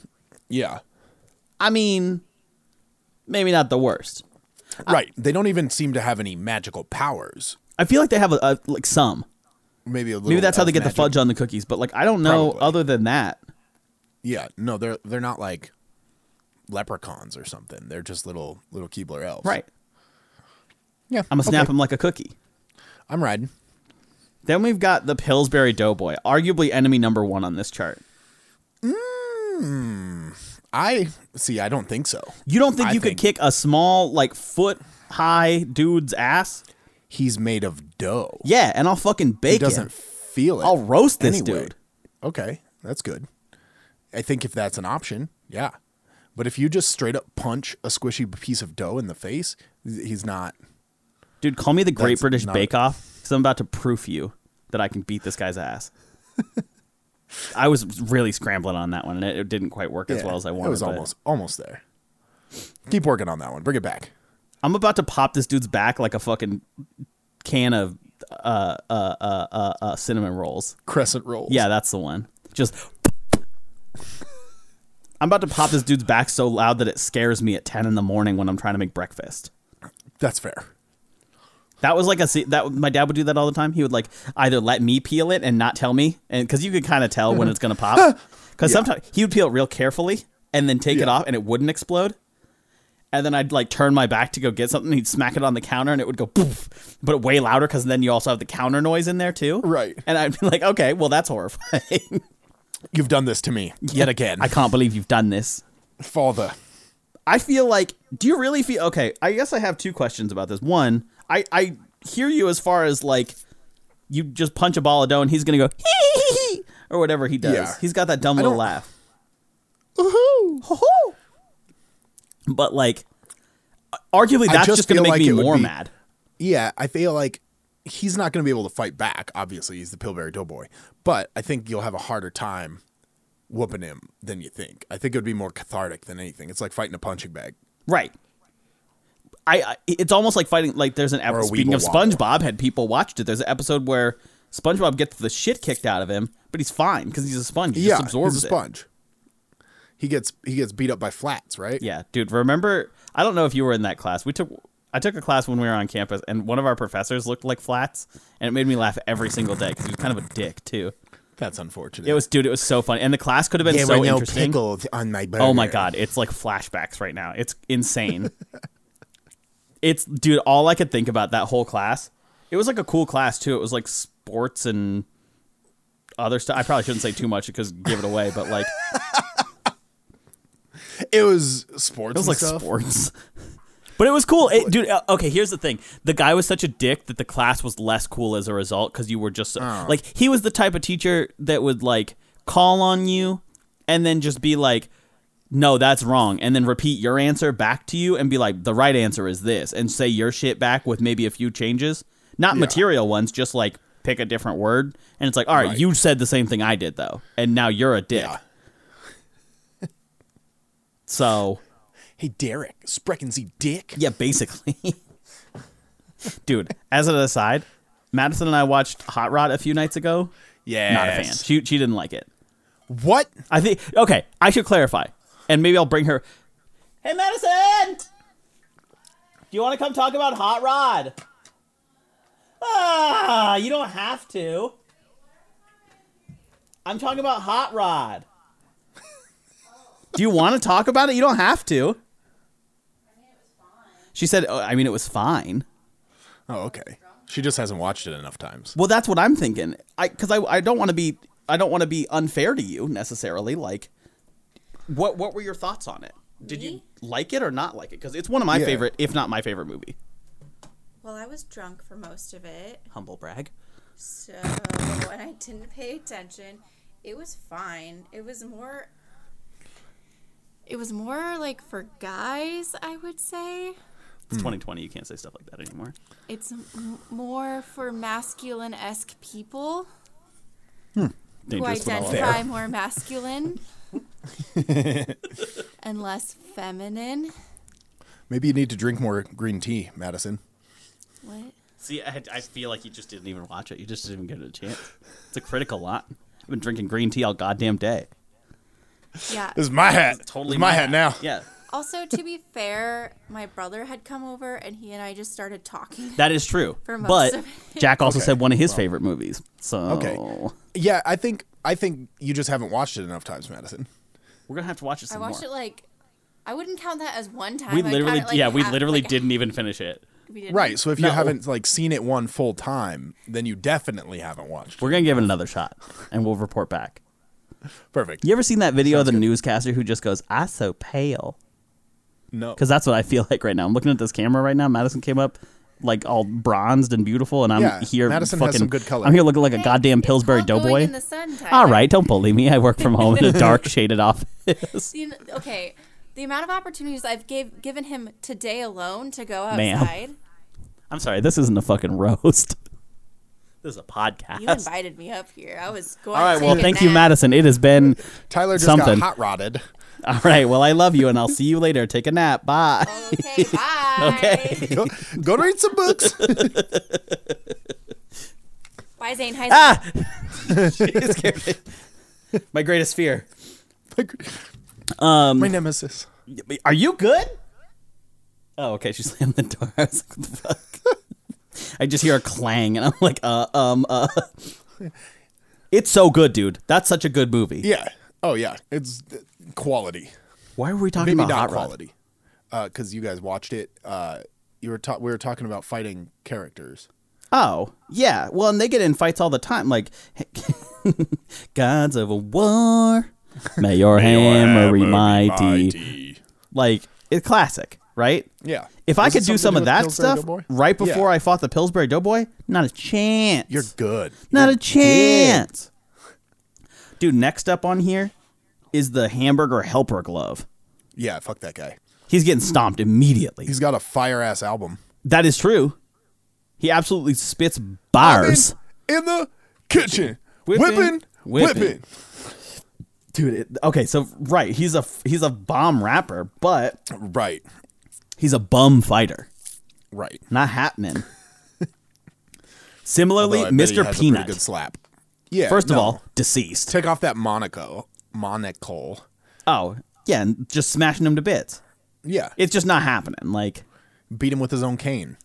[SPEAKER 2] yeah,
[SPEAKER 1] i mean maybe not the worst
[SPEAKER 2] right. They don't even seem to have any magical powers.
[SPEAKER 1] i feel like they have a, a like some
[SPEAKER 2] Maybe a little.
[SPEAKER 1] maybe that's how
[SPEAKER 2] elf
[SPEAKER 1] they get
[SPEAKER 2] magic.
[SPEAKER 1] the fudge on the cookies but like i don't know
[SPEAKER 2] Probably.
[SPEAKER 1] other than that
[SPEAKER 2] Yeah, no, they're they're not like leprechauns or something. They're just little little Keebler elves.
[SPEAKER 1] right
[SPEAKER 2] Yeah,
[SPEAKER 1] i'm gonna snap
[SPEAKER 2] okay.
[SPEAKER 1] him like a cookie
[SPEAKER 2] I'm riding.
[SPEAKER 1] then we've got the pillsbury doughboy arguably enemy number one on this chart
[SPEAKER 2] I see. I don't think so.
[SPEAKER 1] you don't think
[SPEAKER 2] I
[SPEAKER 1] you could
[SPEAKER 2] think-
[SPEAKER 1] kick a small like foot high dude's ass
[SPEAKER 2] He's made of dough.
[SPEAKER 1] yeah and i'll fucking bake
[SPEAKER 2] he doesn't
[SPEAKER 1] him.
[SPEAKER 2] feel it.
[SPEAKER 1] I'll roast this dude.
[SPEAKER 2] Okay, that's good. I think if that's an option, yeah. But if you just straight up punch a squishy piece of dough in the face, th- he's not.
[SPEAKER 1] Dude, call me the Great
[SPEAKER 2] That's
[SPEAKER 1] British
[SPEAKER 2] not-
[SPEAKER 1] Bake Off because I'm about to proof you that I can beat this guy's ass. I was really scrambling on that one, and it, it didn't quite work as
[SPEAKER 2] Yeah,
[SPEAKER 1] well as I wanted.
[SPEAKER 2] It was
[SPEAKER 1] but
[SPEAKER 2] almost almost there. Keep working on that one. Bring it back.
[SPEAKER 1] I'm about to pop this dude's back like a fucking can of uh, uh, uh, uh, uh, cinnamon rolls.
[SPEAKER 2] Crescent rolls.
[SPEAKER 1] Yeah, that's the one. Just. I'm about to pop this dude's back so loud that it scares me at 10 in the morning when I'm trying to make breakfast.
[SPEAKER 2] that's fair.
[SPEAKER 1] That was like a se- that my dad would do that all the time. He would like either let me peel it and not tell me, and because you could kind of tell
[SPEAKER 2] Mm-hmm.
[SPEAKER 1] when it's gonna pop. Because sometimes he would peel it real carefully and then take it
[SPEAKER 2] Yeah.
[SPEAKER 1] off, and it wouldn't explode. And then I'd like turn my back to go get something. He'd smack it on the counter, and it would go poof, but way louder because then you also have the counter noise in there too.
[SPEAKER 2] Right.
[SPEAKER 1] And I'd be like, okay, well that's horrifying.
[SPEAKER 2] You've done this to me yet again.
[SPEAKER 1] I can't believe you've done this.
[SPEAKER 2] Father.
[SPEAKER 1] I feel like do you really feel okay, I guess I have two questions about this. One, I I hear you as far as like you just punch a ball of dough and he's gonna go or whatever he does.
[SPEAKER 2] Yeah.
[SPEAKER 1] He's got that dumb little
[SPEAKER 2] don't-
[SPEAKER 1] laugh.
[SPEAKER 2] Woohoo!
[SPEAKER 1] Ho-ho! But like, arguably, that's just,
[SPEAKER 2] just
[SPEAKER 1] going
[SPEAKER 2] feel
[SPEAKER 1] to make
[SPEAKER 2] like
[SPEAKER 1] me
[SPEAKER 2] it would
[SPEAKER 1] more
[SPEAKER 2] be-
[SPEAKER 1] mad.
[SPEAKER 2] Yeah, I feel like he's not going to be able to fight back. Obviously, he's the Pillsbury Doughboy, but I think you'll have a harder time whooping him than you think. I think it would be more cathartic than anything. It's like fighting a punching bag.
[SPEAKER 1] Right. I, I it's almost like fighting like there's an
[SPEAKER 2] a
[SPEAKER 1] episode speaking of
[SPEAKER 2] Weeble Wobble.
[SPEAKER 1] SpongeBob had people watched it. There's an episode where SpongeBob gets the shit kicked out of him, but he's fine because he's a sponge. He
[SPEAKER 2] yeah,
[SPEAKER 1] just absorbs
[SPEAKER 2] he's a
[SPEAKER 1] it.
[SPEAKER 2] sponge. He gets he gets beat up by flats, right?
[SPEAKER 1] Yeah, dude. Remember, I don't know if you were in that class. We took I took a class when we were on campus, and one of our professors looked like flats, and it made me laugh every single day because he was kind of a dick too.
[SPEAKER 2] that's unfortunate.
[SPEAKER 1] It was, dude. It was so funny, and the class could have been
[SPEAKER 2] there
[SPEAKER 1] so
[SPEAKER 2] were no
[SPEAKER 1] interesting.
[SPEAKER 2] pickles on my burger.
[SPEAKER 1] Oh my god, it's like flashbacks right now. It's insane. it's dude, all I could think about that whole class. It was like a cool class too. It was like sports and other stuff. I probably shouldn't say too much because give it away, but like it
[SPEAKER 2] It was sports. and
[SPEAKER 1] was like
[SPEAKER 2] stuff.
[SPEAKER 1] sports. But it was cool, It- dude. uh, Okay, here's the thing: the guy was such a dick that the class was less cool as a result because you were just
[SPEAKER 2] Oh.
[SPEAKER 1] like he was the type of teacher that would like call on you and then just be like, no, that's wrong. And then repeat your answer back to you and be like, the right answer is this. And say your shit back with maybe a few changes. Not material ones, just like pick a different word. And it's like, all right,
[SPEAKER 2] Right.
[SPEAKER 1] you said the same thing I did, though. And now you're a dick.
[SPEAKER 2] Yeah.
[SPEAKER 1] so,
[SPEAKER 2] Hey Derek, Sprecken Z Dick.
[SPEAKER 1] yeah, basically. Dude, as an aside, Madison and I watched Hot Rod a few nights ago.
[SPEAKER 2] Yeah,
[SPEAKER 1] Not a fan. She, she didn't like it.
[SPEAKER 2] What?
[SPEAKER 1] I think okay, I should clarify. And maybe I'll bring her Hey Madison! Do you want to come talk about Hot Rod? Ah, you don't have to. I'm talking about Hot Rod. Do you want to talk about it? You don't have to. She said, oh, I mean, it was fine.
[SPEAKER 2] Oh, okay. She just hasn't watched it enough times.
[SPEAKER 1] Well, that's what I'm thinking. I because I, I don't want to be I don't want to be unfair to you necessarily. Like, what what were your thoughts on it? Did you
[SPEAKER 3] Me?
[SPEAKER 1] like it or not like it? Because it's one of my
[SPEAKER 2] Yeah.
[SPEAKER 1] favorite, if not my favorite movie.
[SPEAKER 3] Well, I was drunk for most of it,
[SPEAKER 1] Humble brag.
[SPEAKER 3] so and I didn't pay attention. It was fine. It was more. It was more like for guys, I would say.
[SPEAKER 1] It's
[SPEAKER 2] Hmm.
[SPEAKER 1] 2020. You can't say stuff like that anymore.
[SPEAKER 3] It's m- more for masculine esque people who
[SPEAKER 1] Dangerous with all of
[SPEAKER 3] identify more masculine and less feminine.
[SPEAKER 2] Maybe you need to drink more green tea, Madison.
[SPEAKER 3] What?
[SPEAKER 1] it. See, I, I feel like you just didn't even watch it. You just didn't even give it a chance. It's a critical lot. I've been drinking green tea all goddamn day.
[SPEAKER 3] Yeah.
[SPEAKER 2] This is my hat.
[SPEAKER 1] Totally
[SPEAKER 2] This is my hat now.
[SPEAKER 1] Yeah,
[SPEAKER 3] Also, to be fair, my brother had come over and he and I just started talking.
[SPEAKER 1] that is true.
[SPEAKER 3] For most
[SPEAKER 1] but
[SPEAKER 3] of
[SPEAKER 1] Jack also
[SPEAKER 2] Okay.
[SPEAKER 1] said one of his favorite movies. So
[SPEAKER 2] Okay. Yeah, I think I think you just haven't watched it enough times, Madison.
[SPEAKER 1] we're gonna have to watch it
[SPEAKER 3] I
[SPEAKER 1] some
[SPEAKER 3] watched
[SPEAKER 1] more.
[SPEAKER 3] it like I wouldn't count that as one time.
[SPEAKER 1] we
[SPEAKER 3] I
[SPEAKER 1] literally,
[SPEAKER 3] count it, like,
[SPEAKER 1] yeah, we
[SPEAKER 3] half-
[SPEAKER 1] literally
[SPEAKER 3] like,
[SPEAKER 1] didn't even finish it.
[SPEAKER 3] we didn't.
[SPEAKER 2] Right. So if you
[SPEAKER 1] No.
[SPEAKER 2] haven't like seen it one full time, then you definitely haven't watched. it.
[SPEAKER 1] We're gonna give it another shot, and we'll report back.
[SPEAKER 2] Perfect.
[SPEAKER 1] You ever seen that video of the newscaster who just goes, "I so pale,"
[SPEAKER 2] No.
[SPEAKER 1] because that's what I feel like right now. I'm looking at this camera right now. Madison came up like all bronzed and beautiful, and I'm
[SPEAKER 2] Yeah,
[SPEAKER 1] here.
[SPEAKER 2] Madison has
[SPEAKER 1] fucking,
[SPEAKER 2] some good color.
[SPEAKER 1] I'm here looking like a
[SPEAKER 3] Hey,
[SPEAKER 1] goddamn
[SPEAKER 3] it's
[SPEAKER 1] Pillsbury
[SPEAKER 3] called going
[SPEAKER 1] Doughboy.
[SPEAKER 3] in the sun,
[SPEAKER 1] All
[SPEAKER 3] Tyler.
[SPEAKER 1] right, don't bully me. I work from home in a dark, shaded office.
[SPEAKER 3] The- okay. The amount of opportunities I've gave given him today alone to go
[SPEAKER 1] Ma'am.
[SPEAKER 3] outside.
[SPEAKER 1] I'm sorry, this isn't a fucking roast. This is a
[SPEAKER 3] You
[SPEAKER 1] podcast.
[SPEAKER 3] invited me up here. I was going.
[SPEAKER 1] All right,
[SPEAKER 3] to
[SPEAKER 1] well,
[SPEAKER 3] take a
[SPEAKER 1] thank you,
[SPEAKER 3] nap.
[SPEAKER 1] Madison. It has been.
[SPEAKER 2] Tyler just
[SPEAKER 1] Something.
[SPEAKER 2] got hot rodded.
[SPEAKER 1] All right, well, I love you, and I'll see you later. Take a nap. Bye.
[SPEAKER 3] Okay, bye.
[SPEAKER 1] Okay.
[SPEAKER 2] Go, go read some books.
[SPEAKER 3] Bye, Zane. Hi, Zane.
[SPEAKER 1] Ah! It scared me. My greatest fear.
[SPEAKER 2] my nemesis.
[SPEAKER 1] Are you good? Oh, okay. She slammed the door. I was like, what the fuck? I just hear a clang, and I'm like, uh, um, uh. It's so good, dude. That's such a good movie.
[SPEAKER 2] Yeah. Oh yeah. It's uh, quality.
[SPEAKER 1] Why were we talking
[SPEAKER 2] Maybe
[SPEAKER 1] about
[SPEAKER 2] not
[SPEAKER 1] Hot
[SPEAKER 2] quality. Because you guys watched it. Uh, you were ta- we were talking about fighting characters.
[SPEAKER 1] Rod? Oh, yeah. Well, and they get in fights all the time. Like, gods of war, may your hammer be mighty. Like, it's classic, right?
[SPEAKER 2] Yeah.
[SPEAKER 1] If I
[SPEAKER 2] Does it
[SPEAKER 1] could
[SPEAKER 2] something
[SPEAKER 1] do some
[SPEAKER 2] to
[SPEAKER 1] of
[SPEAKER 2] with
[SPEAKER 1] that
[SPEAKER 2] Pillsbury
[SPEAKER 1] stuff
[SPEAKER 2] Doughboy?
[SPEAKER 1] right
[SPEAKER 2] Yeah.
[SPEAKER 1] before I fought the Pillsbury Doughboy, not a chance.
[SPEAKER 2] You're good.
[SPEAKER 1] not
[SPEAKER 2] You're
[SPEAKER 1] a chance. Dude, next up on here is the hamburger helper glove.
[SPEAKER 2] good. Yeah, fuck that guy.
[SPEAKER 1] He's getting stomped immediately.
[SPEAKER 2] He's got a fire ass album.
[SPEAKER 1] that is true. He absolutely spits bars.
[SPEAKER 2] In the kitchen.
[SPEAKER 1] Whipping,
[SPEAKER 2] Whipping.
[SPEAKER 1] whipping.
[SPEAKER 2] Whipping.
[SPEAKER 1] Dude, it, okay, so right, he's a he's a bomb rapper, but
[SPEAKER 2] Right.
[SPEAKER 1] he's a bum fighter.
[SPEAKER 2] Right.
[SPEAKER 1] Not happening.
[SPEAKER 2] Although
[SPEAKER 1] Similarly,
[SPEAKER 2] I bet he has a
[SPEAKER 1] Mr.
[SPEAKER 2] pretty
[SPEAKER 1] Peanut.
[SPEAKER 2] good slap. Yeah.
[SPEAKER 1] First of
[SPEAKER 2] no.
[SPEAKER 1] all, deceased.
[SPEAKER 2] take off that Monaco. Monocle.
[SPEAKER 1] Oh, yeah, and just smashing him to bits.
[SPEAKER 2] Yeah.
[SPEAKER 1] It's just not happening. Like
[SPEAKER 2] Beat him with his own cane.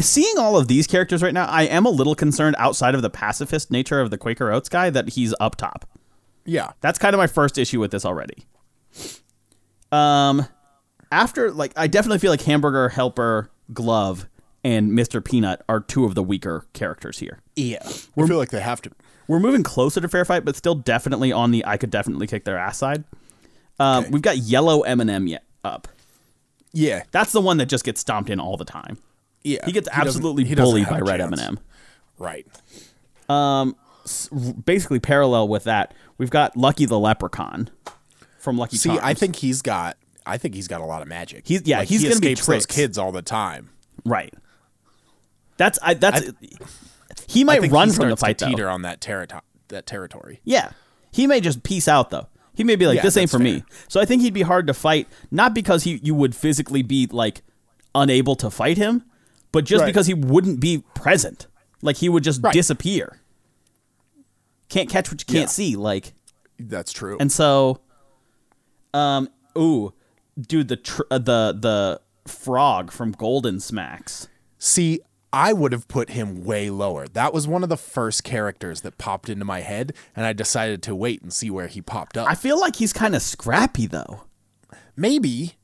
[SPEAKER 1] seeing all of these characters right now, I am a little concerned outside of the pacifist nature of the Quaker Oats guy that he's up top.
[SPEAKER 2] Yeah.
[SPEAKER 1] That's kind of my first issue with this already. Um, after like I definitely feel like Hamburger Helper Glove and Mr. Peanut are two of the weaker characters here.
[SPEAKER 2] Yeah. We feel like they have to.
[SPEAKER 1] We're moving closer to fair fight, but still definitely on the I could definitely kick their ass side. Um,
[SPEAKER 2] Okay.
[SPEAKER 1] We've got Yellow Eminem yet up.
[SPEAKER 2] Yeah.
[SPEAKER 1] That's the one that just gets stomped in all the time.
[SPEAKER 2] Yeah.
[SPEAKER 1] He gets
[SPEAKER 2] doesn't-
[SPEAKER 1] absolutely
[SPEAKER 2] he doesn't
[SPEAKER 1] bullied
[SPEAKER 2] have
[SPEAKER 1] by
[SPEAKER 2] a
[SPEAKER 1] Red
[SPEAKER 2] chance.
[SPEAKER 1] Eminem.
[SPEAKER 2] Right.
[SPEAKER 1] Basically, parallel with that, we've got Lucky the Leprechaun from Lucky.
[SPEAKER 2] See, I
[SPEAKER 1] Charms.
[SPEAKER 2] think he's got. I think he's got a lot of magic.
[SPEAKER 1] He's- yeah,
[SPEAKER 2] Like,
[SPEAKER 1] he's
[SPEAKER 2] he
[SPEAKER 1] gonna be
[SPEAKER 2] escapes those
[SPEAKER 1] tricked.
[SPEAKER 2] kids all the time.
[SPEAKER 1] Right. That's I. That's he
[SPEAKER 2] I
[SPEAKER 1] might
[SPEAKER 2] think
[SPEAKER 1] run
[SPEAKER 2] he
[SPEAKER 1] from the
[SPEAKER 2] starts to
[SPEAKER 1] fight though.
[SPEAKER 2] teeter on that territory. That territory.
[SPEAKER 1] Yeah, he may just peace out though. He may be like,
[SPEAKER 2] Yeah,
[SPEAKER 1] "This ain't
[SPEAKER 2] that's
[SPEAKER 1] for me." So I think he'd be hard to fight, not because he you would physically be like unable to fight him, but just
[SPEAKER 2] Right.
[SPEAKER 1] because he wouldn't be present. Like he would just
[SPEAKER 2] Right.
[SPEAKER 1] disappear. Can't catch what you can't
[SPEAKER 2] Yeah.
[SPEAKER 1] see. Like
[SPEAKER 2] That's true.
[SPEAKER 1] and so, um, ooh, dude, the tr- uh, the the frog from Golden Smacks.
[SPEAKER 2] See, I would have put him way lower. That was one of the first characters that popped into my head, and I decided to wait and see where he popped up.
[SPEAKER 1] I feel like he's kind of scrappy though.
[SPEAKER 2] Maybe.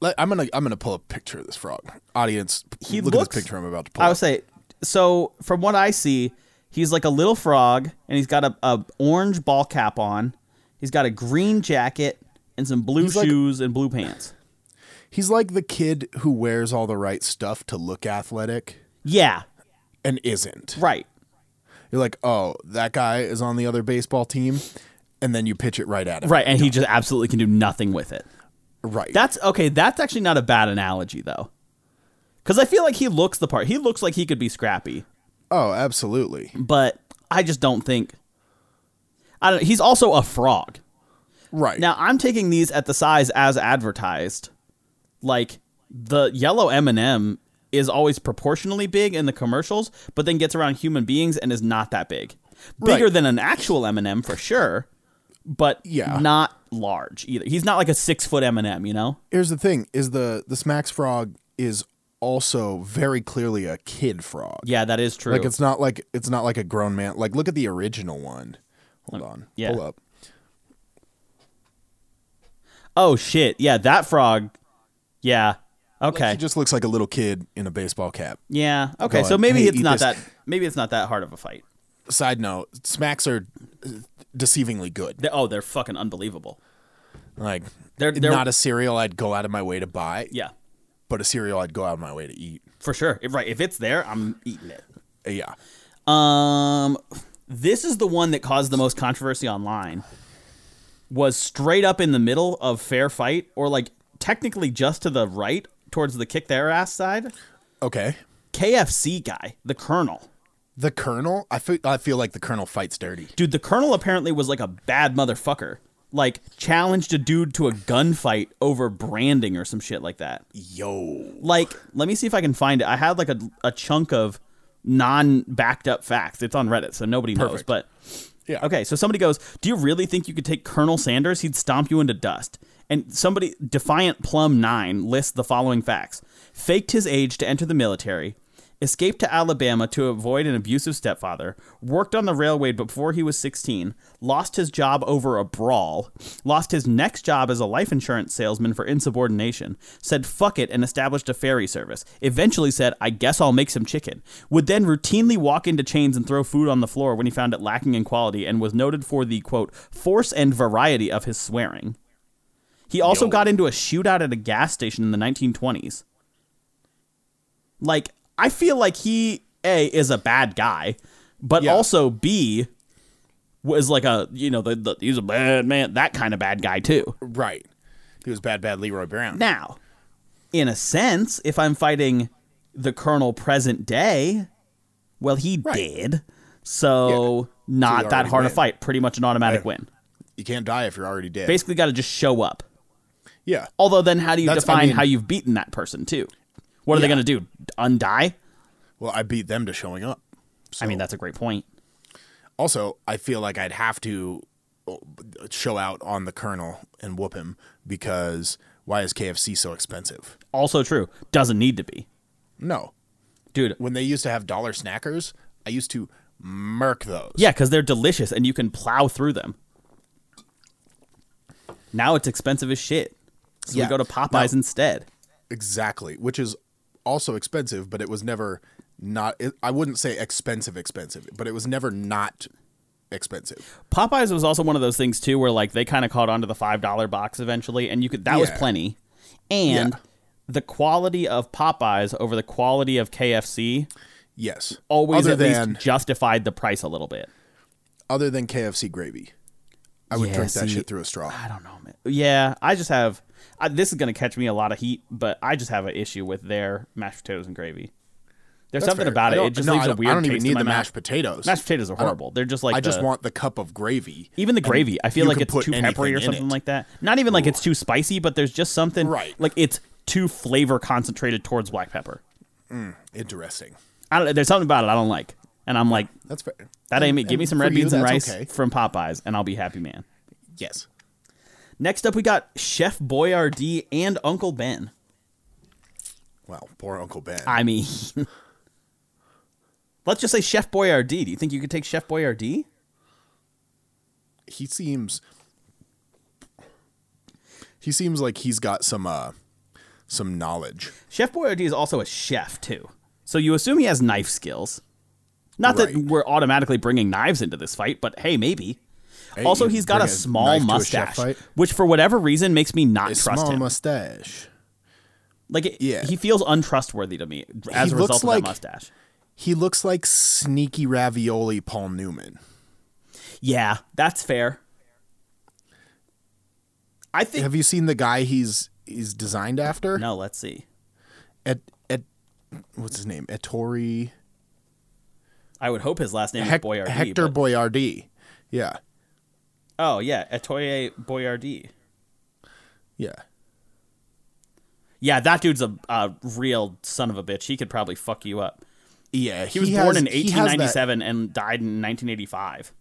[SPEAKER 2] Let, I'm gonna I'm gonna pull a picture of this frog. Audience,
[SPEAKER 1] He
[SPEAKER 2] look
[SPEAKER 1] looks-
[SPEAKER 2] at this picture I'm about to pull.
[SPEAKER 1] I
[SPEAKER 2] up.
[SPEAKER 1] would say so. From what I see, he's like a little frog, and he's got a, a orange ball cap on. He's got a green jacket and some blue
[SPEAKER 2] like-
[SPEAKER 1] shoes and blue pants.
[SPEAKER 2] He's like the kid who wears all the right stuff to look athletic
[SPEAKER 1] Yeah,
[SPEAKER 2] and isn't.
[SPEAKER 1] right.
[SPEAKER 2] You're like, oh, that guy is on the other baseball team, and then you pitch it right at him.
[SPEAKER 1] Right, and he just absolutely can do nothing with it.
[SPEAKER 2] Right.
[SPEAKER 1] That's okay. That's actually not a bad analogy though, because I feel like he looks the part. He looks like he could be scrappy,
[SPEAKER 2] oh, absolutely.
[SPEAKER 1] but I just don't think. I don't. He's also a frog.
[SPEAKER 2] Right.
[SPEAKER 1] Now I'm taking these at the size as advertised. Like the yellow M&M is always proportionally big in the commercials, but then gets around human beings and is not that big. Bigger
[SPEAKER 2] Right.
[SPEAKER 1] than an actual M&M for sure, but
[SPEAKER 2] Yeah.
[SPEAKER 1] not large either. He's not like a 6-foot M&M, you know?
[SPEAKER 2] here's the thing: is the the Smacks frog is also very clearly a kid frog.
[SPEAKER 1] Yeah, that is true.
[SPEAKER 2] Like it's not like it's not like a grown man. Like look at the original one. Hold on.
[SPEAKER 1] yeah.
[SPEAKER 2] Pull up.
[SPEAKER 1] oh shit. Yeah, that frog. Yeah. Okay.
[SPEAKER 2] He just looks like a little kid in a baseball cap.
[SPEAKER 1] yeah. Okay,
[SPEAKER 2] Go
[SPEAKER 1] so
[SPEAKER 2] on.
[SPEAKER 1] maybe
[SPEAKER 2] Hey,
[SPEAKER 1] it's
[SPEAKER 2] eat
[SPEAKER 1] not
[SPEAKER 2] this.
[SPEAKER 1] that maybe it's not that hard of a fight.
[SPEAKER 2] Side note: Smacks are uh, deceivingly good.
[SPEAKER 1] They- oh, they're fucking unbelievable.
[SPEAKER 2] Like
[SPEAKER 1] They're- they're-
[SPEAKER 2] not a cereal I'd go out of my way to buy,
[SPEAKER 1] Yeah.
[SPEAKER 2] but a cereal I'd go out of my way to eat.
[SPEAKER 1] For sure. If- Right. If it's there, I'm eating it.
[SPEAKER 2] Uh, Yeah.
[SPEAKER 1] Um, this is the one that caused the most controversy online. Was straight up in the middle of fair fight, or like technically just to the right towards the kick their ass side.
[SPEAKER 2] Okay.
[SPEAKER 1] KFC guy, the Colonel.
[SPEAKER 2] The Colonel. I feel. I feel like the Colonel fights dirty.
[SPEAKER 1] Dude, the Colonel apparently was like a bad motherfucker. Like challenged a dude to a gunfight over branding or some shit like that.
[SPEAKER 2] Yo.
[SPEAKER 1] Like, let me see if I can find it. I had like a, a chunk of non backed up facts. It's on Reddit, so nobody knows.
[SPEAKER 2] Perfect.
[SPEAKER 1] But
[SPEAKER 2] Yeah.
[SPEAKER 1] Okay, so somebody goes, "Do you really think you could take Colonel Sanders? He'd stomp you into dust." And somebody, Defiant Plum Nine, lists the following facts: faked his age to enter the military, escaped to Alabama to avoid an abusive stepfather, worked on the railway before he was 16, lost his job over a brawl, lost his next job as a life insurance salesman for insubordination, said fuck it and established a ferry service. Eventually said, "I guess I'll make some chicken." Would then routinely walk into chains and throw food on the floor when he found it lacking in quality and was noted for the quote force and variety of his swearing. He also got into a shootout at a gas station in the 1920s. Like, I feel like he A is a bad guy, but
[SPEAKER 2] Yeah.
[SPEAKER 1] also B was like a, you know, the, the, he's a bad man, that kind of bad guy too.
[SPEAKER 2] Right. He was bad, bad Leroy Brown.
[SPEAKER 1] Now, in a sense, if I'm fighting the Colonel present day, well, he
[SPEAKER 2] Right.
[SPEAKER 1] did. So,
[SPEAKER 2] So
[SPEAKER 1] not
[SPEAKER 2] you
[SPEAKER 1] that
[SPEAKER 2] already
[SPEAKER 1] hard a
[SPEAKER 2] win.
[SPEAKER 1] fight. Pretty much an automatic
[SPEAKER 2] Right.
[SPEAKER 1] win.
[SPEAKER 2] You can't die if you're already dead.
[SPEAKER 1] Basically, got to just show up.
[SPEAKER 2] yeah.
[SPEAKER 1] Although, then how do you
[SPEAKER 2] That's- I
[SPEAKER 1] define
[SPEAKER 2] mean-
[SPEAKER 1] how you've beaten that person, too? What are they
[SPEAKER 2] Yeah.
[SPEAKER 1] going to do? Undie?
[SPEAKER 2] Well, I beat them to showing up. So,
[SPEAKER 1] I mean, that's a great point.
[SPEAKER 2] also I feel like I'd have to uh, show out on the colonel and whoop him because why is KFC so expensive?
[SPEAKER 1] Also true. Doesn't need to be.
[SPEAKER 2] No,
[SPEAKER 1] Dude,
[SPEAKER 2] when they used to have dollar snackers, I used to murk those.
[SPEAKER 1] Yeah, because they're delicious and you can plow through them. Now it's expensive as shit. So
[SPEAKER 2] Yeah.
[SPEAKER 1] we go to Popeyes
[SPEAKER 2] Now-
[SPEAKER 1] instead.
[SPEAKER 2] exactly, which is also expensive, but it was never not. It, I wouldn't say expensive, expensive, but it was never not expensive.
[SPEAKER 1] Popeyes was also one of those things too where like they kind of caught onto the five dollar box eventually and you could that was
[SPEAKER 2] Yeah.
[SPEAKER 1] plenty. And
[SPEAKER 2] Yeah.
[SPEAKER 1] the quality of Popeyes over the quality of KFC
[SPEAKER 2] Yes,
[SPEAKER 1] always
[SPEAKER 2] other
[SPEAKER 1] at
[SPEAKER 2] than
[SPEAKER 1] least justified the price a little bit.
[SPEAKER 2] other than KFC gravy, I would
[SPEAKER 1] Yeah,
[SPEAKER 2] drink that
[SPEAKER 1] see,
[SPEAKER 2] shit through a straw.
[SPEAKER 1] I don't know, man. Yeah, I just have I, this is going to catch me a lot of heat, but I just have an issue with their mashed potatoes and gravy. There's
[SPEAKER 2] That's
[SPEAKER 1] something
[SPEAKER 2] fair.
[SPEAKER 1] about
[SPEAKER 2] I
[SPEAKER 1] it. It
[SPEAKER 2] don't-
[SPEAKER 1] just
[SPEAKER 2] no,
[SPEAKER 1] leaves
[SPEAKER 2] I
[SPEAKER 1] a
[SPEAKER 2] don't-
[SPEAKER 1] weird
[SPEAKER 2] I don't even
[SPEAKER 1] taste
[SPEAKER 2] need
[SPEAKER 1] in my
[SPEAKER 2] the
[SPEAKER 1] mouth.
[SPEAKER 2] mashed potatoes.
[SPEAKER 1] Mashed potatoes are
[SPEAKER 2] don't-
[SPEAKER 1] horrible. They're just like
[SPEAKER 2] I just
[SPEAKER 1] the-
[SPEAKER 2] want the cup of gravy.
[SPEAKER 1] Even the
[SPEAKER 2] and
[SPEAKER 1] gravy, I feel
[SPEAKER 2] you
[SPEAKER 1] like
[SPEAKER 2] can
[SPEAKER 1] it's
[SPEAKER 2] put
[SPEAKER 1] too peppery
[SPEAKER 2] anything
[SPEAKER 1] or
[SPEAKER 2] in
[SPEAKER 1] something
[SPEAKER 2] it.
[SPEAKER 1] like that. Not even like it's too spicy, but there's just something
[SPEAKER 2] Right.
[SPEAKER 1] like it's too flavor concentrated towards black pepper.
[SPEAKER 2] Interesting.
[SPEAKER 1] I don't, there's something about it I don't like, and I'm like,
[SPEAKER 2] That's fair.
[SPEAKER 1] that ain't me.
[SPEAKER 2] And-
[SPEAKER 1] Give me some
[SPEAKER 2] for
[SPEAKER 1] red
[SPEAKER 2] you,
[SPEAKER 1] beans and
[SPEAKER 2] that's
[SPEAKER 1] rice
[SPEAKER 2] okay.
[SPEAKER 1] from Popeyes, and I'll be happy, man.
[SPEAKER 2] Yes.
[SPEAKER 1] Next up, we got Chef Boyardee and Uncle Ben.
[SPEAKER 2] Well, poor Uncle Ben.
[SPEAKER 1] I mean, let's just say Chef Boyardee. Do you think you could take Chef Boyardee?
[SPEAKER 2] he seems he seems like he's got some uh some knowledge.
[SPEAKER 1] Chef Boyardee is also a chef too, so you assume he has knife skills. Not that
[SPEAKER 2] Right.
[SPEAKER 1] we're automatically bringing knives into this fight, but hey, maybe.
[SPEAKER 2] Hey,
[SPEAKER 1] also,
[SPEAKER 2] you
[SPEAKER 1] he's got a
[SPEAKER 2] bring a
[SPEAKER 1] small
[SPEAKER 2] knife to a chef
[SPEAKER 1] mustache,
[SPEAKER 2] fight?
[SPEAKER 1] which for whatever reason makes me not
[SPEAKER 2] A
[SPEAKER 1] trust
[SPEAKER 2] small
[SPEAKER 1] him.
[SPEAKER 2] mustache.
[SPEAKER 1] like it,
[SPEAKER 2] Yeah.
[SPEAKER 1] he feels untrustworthy to me as
[SPEAKER 2] He
[SPEAKER 1] a
[SPEAKER 2] looks
[SPEAKER 1] result of
[SPEAKER 2] like-
[SPEAKER 1] that mustache.
[SPEAKER 2] He looks like sneaky ravioli Paul Newman.
[SPEAKER 1] Yeah, that's fair. I think
[SPEAKER 2] Have you seen the guy he's he's designed after?
[SPEAKER 1] no. Let's see.
[SPEAKER 2] At at what's his name? Ettore
[SPEAKER 1] I would hope his last name
[SPEAKER 2] Hec-
[SPEAKER 1] is Boyardee.
[SPEAKER 2] Hector
[SPEAKER 1] but-
[SPEAKER 2] Boyardee. Yeah.
[SPEAKER 1] oh yeah, Etoye Boyardee.
[SPEAKER 2] Yeah.
[SPEAKER 1] Yeah, that dude's a, a real son of a bitch. He could probably fuck you up.
[SPEAKER 2] Yeah,
[SPEAKER 1] He was born in
[SPEAKER 2] he has that-
[SPEAKER 1] 1897 and died in 1985.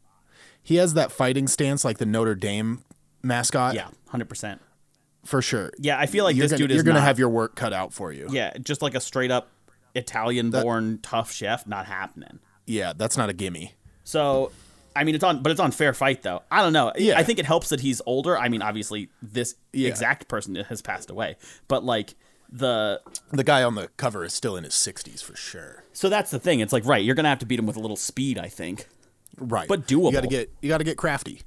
[SPEAKER 2] He has that fighting stance like the Notre Dame mascot.
[SPEAKER 1] Yeah, 100%.
[SPEAKER 2] for sure.
[SPEAKER 1] Yeah, I feel like
[SPEAKER 2] you're
[SPEAKER 1] this
[SPEAKER 2] gonna,
[SPEAKER 1] dude is
[SPEAKER 2] you're gonna
[SPEAKER 1] not-
[SPEAKER 2] have your work cut out for you.
[SPEAKER 1] Yeah, just like a straight up Italian born tough chef, not happening.
[SPEAKER 2] Yeah, that's not a gimme.
[SPEAKER 1] So, I mean, it's on, but it's on fair fight though. I don't know.
[SPEAKER 2] Yeah.
[SPEAKER 1] I think it helps that he's older. I mean, obviously, this
[SPEAKER 2] Yeah.
[SPEAKER 1] exact person has passed away, but like the
[SPEAKER 2] The guy on the cover is still in his 60s for sure.
[SPEAKER 1] so that's the thing. It's like right, you're gonna have to beat him with a little speed. I think.
[SPEAKER 2] Right,
[SPEAKER 1] But doable.
[SPEAKER 2] You gotta get you gotta get crafty.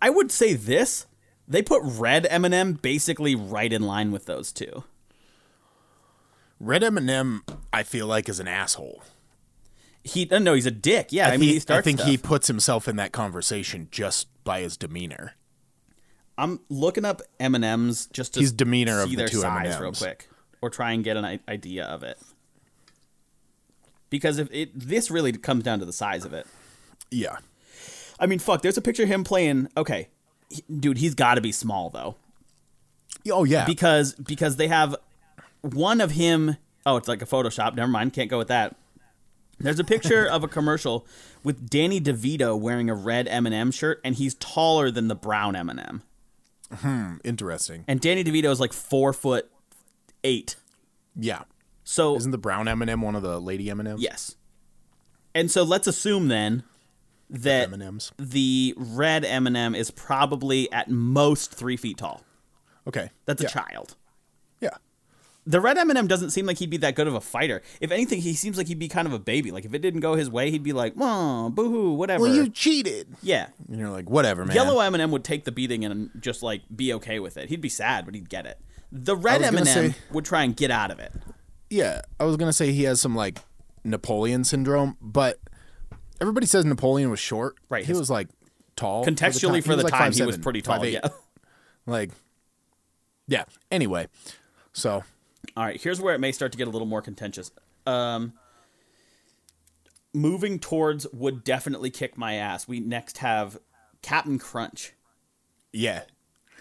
[SPEAKER 1] I would say this. They put red M&M basically right in line with those two.
[SPEAKER 2] Red Eminem, I feel like is an asshole.
[SPEAKER 1] He uh, no, he's a dick. Yeah, I, mean, he starts.
[SPEAKER 2] I think
[SPEAKER 1] stuff.
[SPEAKER 2] he puts himself in that conversation just by his demeanor.
[SPEAKER 1] I'm looking up M and M's just to
[SPEAKER 2] His demeanor
[SPEAKER 1] see
[SPEAKER 2] of the
[SPEAKER 1] their
[SPEAKER 2] two
[SPEAKER 1] size real
[SPEAKER 2] M&Ms.
[SPEAKER 1] quick, or try and get an i- idea of it. Because if it this really comes down to the size of it.
[SPEAKER 2] Yeah,
[SPEAKER 1] I mean, fuck. There's a picture of him playing. Okay, he- dude, he's got to be small though,
[SPEAKER 2] oh yeah,
[SPEAKER 1] because because they have one of him. Oh, it's like a Photoshop. Never mind. Can't go with that. There's a picture of a commercial with Danny DeVito wearing a red M&M shirt, and he's taller than the brown M&M.
[SPEAKER 2] interesting.
[SPEAKER 1] and Danny DeVito is like four foot eight.
[SPEAKER 2] Yeah,
[SPEAKER 1] So
[SPEAKER 2] isn't the brown Eminem one of the lady Eminems?
[SPEAKER 1] yes, and so let's assume then that
[SPEAKER 2] Eminems.
[SPEAKER 1] the red M and M is probably at most three feet tall.
[SPEAKER 2] Okay,
[SPEAKER 1] That's a
[SPEAKER 2] yeah.
[SPEAKER 1] child.
[SPEAKER 2] Yeah,
[SPEAKER 1] The red M and M doesn't seem like he'd be that good of a fighter. If anything, he seems like he'd be kind of a baby. Like if it didn't go his way, he'd be like, "Whoa, boohoo, whatever."
[SPEAKER 2] well, you cheated.
[SPEAKER 1] yeah.
[SPEAKER 2] And you're like, whatever, man.
[SPEAKER 1] Yellow M and M would take the beating and just like be okay with it. He'd be sad, but he'd get it. The red
[SPEAKER 2] was
[SPEAKER 1] M
[SPEAKER 2] gonna
[SPEAKER 1] and M
[SPEAKER 2] say-
[SPEAKER 1] would try and get out of it.
[SPEAKER 2] yeah, I was gonna say he has some like Napoleon syndrome, but everybody says Napoleon was short.
[SPEAKER 1] Right,
[SPEAKER 2] He
[SPEAKER 1] his-
[SPEAKER 2] was like tall.
[SPEAKER 1] Contextually, for the time, he was, pretty tall.
[SPEAKER 2] 5'8".
[SPEAKER 1] yeah.
[SPEAKER 2] Like Yeah. Anyway, so
[SPEAKER 1] All right, here's where it may start to get a little more contentious. Um, moving towards would definitely kick my ass. We next have Captain Crunch.
[SPEAKER 2] yeah,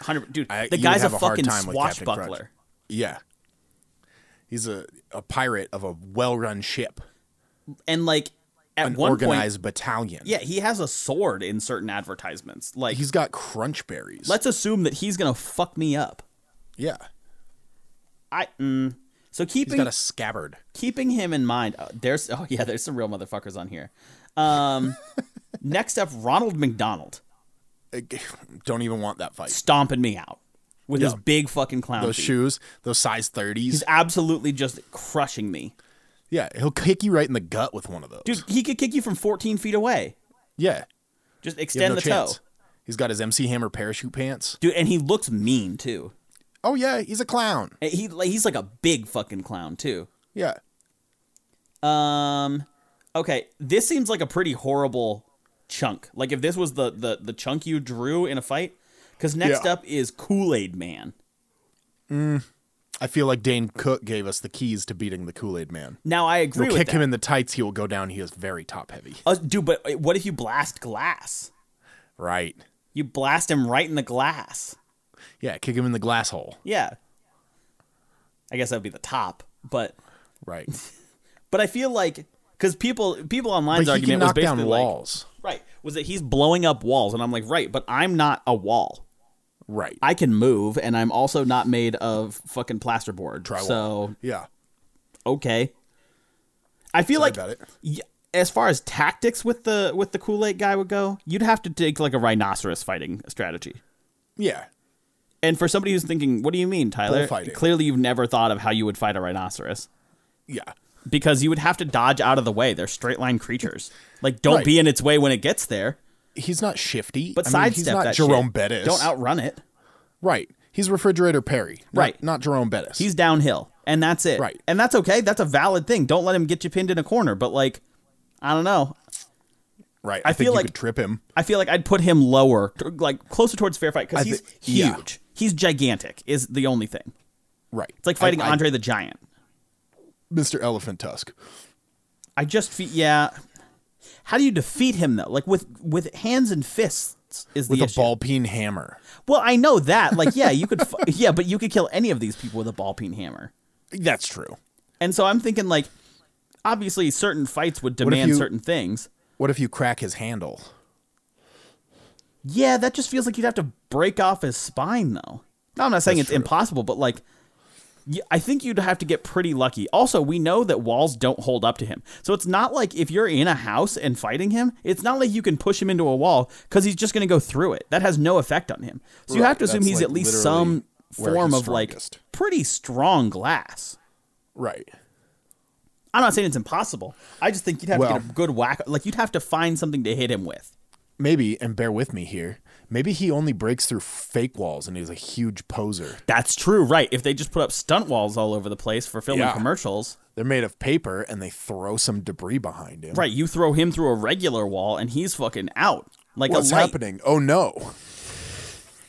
[SPEAKER 1] 100, dude,
[SPEAKER 2] I-
[SPEAKER 1] the
[SPEAKER 2] you would
[SPEAKER 1] guy's a
[SPEAKER 2] have a hard
[SPEAKER 1] fucking
[SPEAKER 2] time with Captain Crunch.
[SPEAKER 1] swashbuckler.
[SPEAKER 2] yeah. He's a, a pirate of a well run ship,
[SPEAKER 1] And like at
[SPEAKER 2] an
[SPEAKER 1] one point,
[SPEAKER 2] organized battalion.
[SPEAKER 1] yeah, he has a sword in certain advertisements. Like
[SPEAKER 2] He's got crunch berries.
[SPEAKER 1] let's assume that he's going to fuck me up.
[SPEAKER 2] yeah.
[SPEAKER 1] I mm, so
[SPEAKER 2] He's
[SPEAKER 1] keeping
[SPEAKER 2] got a scabbard.
[SPEAKER 1] keeping him in mind, uh, there's oh yeah, there's some real motherfuckers on here. Um, next up, Ronald McDonald
[SPEAKER 2] Uh, Don't even want that fight.
[SPEAKER 1] stomping me out with his
[SPEAKER 2] Yeah.
[SPEAKER 1] big fucking clown
[SPEAKER 2] Those
[SPEAKER 1] feet.
[SPEAKER 2] shoes, those size 30s.
[SPEAKER 1] He's absolutely just crushing me,
[SPEAKER 2] Yeah, he'll kick you right in the gut with one of those.
[SPEAKER 1] dude. He could kick you from 14 feet away.
[SPEAKER 2] yeah.
[SPEAKER 1] Just
[SPEAKER 2] You have
[SPEAKER 1] extend
[SPEAKER 2] no
[SPEAKER 1] the
[SPEAKER 2] chance.
[SPEAKER 1] toe,
[SPEAKER 2] He's got his MC Hammer parachute pants.
[SPEAKER 1] dude. And he looks mean too.
[SPEAKER 2] Oh, yeah, he's a clown.
[SPEAKER 1] And He like, he's like a big fucking clown too.
[SPEAKER 2] Yeah.
[SPEAKER 1] Um, okay, this seems like a pretty horrible chunk. Like if this was the the the chunk you drew in a fight, because next
[SPEAKER 2] Yeah.
[SPEAKER 1] up is Kool Aid Man.
[SPEAKER 2] I feel like Dane Cook gave us the keys to beating the Kool Aid Man.
[SPEAKER 1] Now I agree
[SPEAKER 2] You'll
[SPEAKER 1] with
[SPEAKER 2] kick
[SPEAKER 1] that.
[SPEAKER 2] him in the tights, he will go down. He is very top heavy.
[SPEAKER 1] Uh, dude, but what if you blast glass?
[SPEAKER 2] Right.
[SPEAKER 1] You blast him right in the glass.
[SPEAKER 2] Yeah, kick him in the glass hole.
[SPEAKER 1] Yeah. I guess that'd be the top, but
[SPEAKER 2] Right.
[SPEAKER 1] but I feel like because people people online's
[SPEAKER 2] But he can
[SPEAKER 1] argument was
[SPEAKER 2] knock
[SPEAKER 1] basically
[SPEAKER 2] down walls.
[SPEAKER 1] like right was that he's blowing up walls, and I'm like right, but I'm not a wall.
[SPEAKER 2] right.
[SPEAKER 1] I can move, and I'm also not made of fucking plasterboard.
[SPEAKER 2] Drywall.
[SPEAKER 1] So
[SPEAKER 2] yeah.
[SPEAKER 1] okay. I feel
[SPEAKER 2] Sorry
[SPEAKER 1] like
[SPEAKER 2] about it.
[SPEAKER 1] y- as far as tactics with the with the Kool Aid guy would go, you'd have to take like a rhinoceros fighting strategy.
[SPEAKER 2] Yeah.
[SPEAKER 1] And for somebody who's thinking, what do you mean, Tyler?
[SPEAKER 2] Bullfighting.
[SPEAKER 1] Clearly, you've never thought of how you would fight a rhinoceros
[SPEAKER 2] Yeah.
[SPEAKER 1] because you would have to dodge out of the way. They're straight line creatures. Like, don't
[SPEAKER 2] Right.
[SPEAKER 1] be in its way when it gets there.
[SPEAKER 2] He's not shifty. I
[SPEAKER 1] But
[SPEAKER 2] mean,
[SPEAKER 1] sidestep
[SPEAKER 2] he's not
[SPEAKER 1] that
[SPEAKER 2] Jerome
[SPEAKER 1] shit.
[SPEAKER 2] Bettis.
[SPEAKER 1] Don't outrun it.
[SPEAKER 2] Right. He's refrigerator Perry. not-
[SPEAKER 1] Right.
[SPEAKER 2] Not Jerome Bettis.
[SPEAKER 1] He's downhill, and that's it.
[SPEAKER 2] Right.
[SPEAKER 1] And that's okay. That's a valid thing. Don't let him get you pinned in a corner. But like, I don't know.
[SPEAKER 2] right. I,
[SPEAKER 1] I
[SPEAKER 2] think
[SPEAKER 1] feel
[SPEAKER 2] you
[SPEAKER 1] like-
[SPEAKER 2] could trip him.
[SPEAKER 1] I feel like I'd put him lower, t- like closer towards fair fight because
[SPEAKER 2] I
[SPEAKER 1] he's
[SPEAKER 2] thi- yeah.
[SPEAKER 1] huge. He's gigantic. Is the only thing.
[SPEAKER 2] Right.
[SPEAKER 1] It's like fighting
[SPEAKER 2] I, I-
[SPEAKER 1] Andre the Giant.
[SPEAKER 2] Mr. Elephant Tusk.
[SPEAKER 1] I just feel yeah. How do you defeat him though? Like with with hands and fists is
[SPEAKER 2] With a
[SPEAKER 1] the issue.
[SPEAKER 2] ball peen hammer.
[SPEAKER 1] Well, I know that. Like yeah, you could fu- yeah, but you could kill any of these people with a ball peen hammer.
[SPEAKER 2] That's true.
[SPEAKER 1] And so I'm thinking like obviously certain fights would
[SPEAKER 2] if
[SPEAKER 1] demand
[SPEAKER 2] you-
[SPEAKER 1] certain things.
[SPEAKER 2] What if you crack his handle?
[SPEAKER 1] Yeah, that just feels like you'd have to break off his spine though. No, I'm not saying
[SPEAKER 2] That's
[SPEAKER 1] it's
[SPEAKER 2] true.
[SPEAKER 1] impossible, but like y- I think you'd have to get pretty lucky. Also, we know that walls don't hold up to him. So it's not like if you're in a house and fighting him, it's not like you can push him into a wall because he's just going to go through it. That has no effect on him. So you
[SPEAKER 2] Right,
[SPEAKER 1] have to assume
[SPEAKER 2] that's,
[SPEAKER 1] he's
[SPEAKER 2] like,
[SPEAKER 1] at least
[SPEAKER 2] literally
[SPEAKER 1] some
[SPEAKER 2] where
[SPEAKER 1] form
[SPEAKER 2] he's
[SPEAKER 1] of like
[SPEAKER 2] strongest.
[SPEAKER 1] pretty strong glass.
[SPEAKER 2] Right.
[SPEAKER 1] I'm not saying it's impossible. I just think you'd have to
[SPEAKER 2] Well-
[SPEAKER 1] get a good whack. Like you'd have to find something to hit him with.
[SPEAKER 2] Maybe, and bear with me here, maybe he only breaks through fake walls and he's a huge poser.
[SPEAKER 1] That's true, right? If they just put up stunt walls all over the place for filming
[SPEAKER 2] Yeah.
[SPEAKER 1] commercials,
[SPEAKER 2] They're made of paper and they throw some debris behind him.
[SPEAKER 1] right? You throw him through a regular wall and he's fucking out. Like
[SPEAKER 2] What's
[SPEAKER 1] a light.
[SPEAKER 2] happening? Oh no.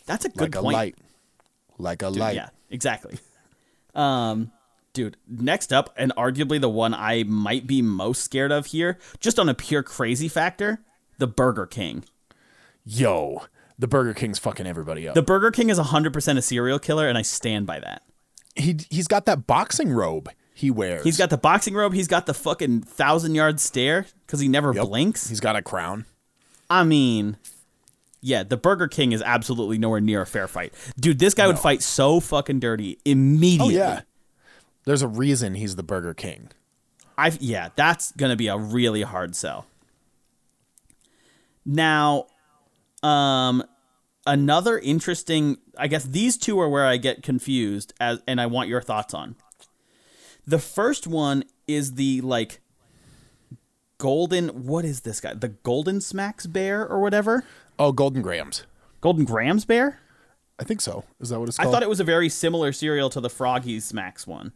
[SPEAKER 1] That's a good
[SPEAKER 2] like
[SPEAKER 1] point.
[SPEAKER 2] a light. Like a light.
[SPEAKER 1] Yeah, exactly. um, dude, next up, and arguably the one I might be most scared of here, just on a pure crazy factor, the Burger King.
[SPEAKER 2] Yo. The Burger King's fucking everybody up.
[SPEAKER 1] The Burger King is 100% a serial killer, and I stand by that.
[SPEAKER 2] he he's got that boxing robe he wears.
[SPEAKER 1] He's got the boxing robe. He's got the fucking thousand yard stare because he never
[SPEAKER 2] Yep.
[SPEAKER 1] blinks.
[SPEAKER 2] He's got a crown.
[SPEAKER 1] I mean, yeah, the Burger King is absolutely nowhere near a fair fight. Dude, this guy would fight so fucking dirty immediately.
[SPEAKER 2] Oh, There's a reason he's the Burger King.
[SPEAKER 1] I yeah, that's going to be a really hard sell. Now, um another interesting, I guess these two are where I get confused as and I want your thoughts on. The first one is the like golden what is this guy? The golden smacks bear or whatever?
[SPEAKER 2] Oh, Golden Grams.
[SPEAKER 1] Golden Grams bear?
[SPEAKER 2] I think so. Is that what it's
[SPEAKER 1] I
[SPEAKER 2] called?
[SPEAKER 1] thought it was a very similar cereal to the Froggy Smacks one.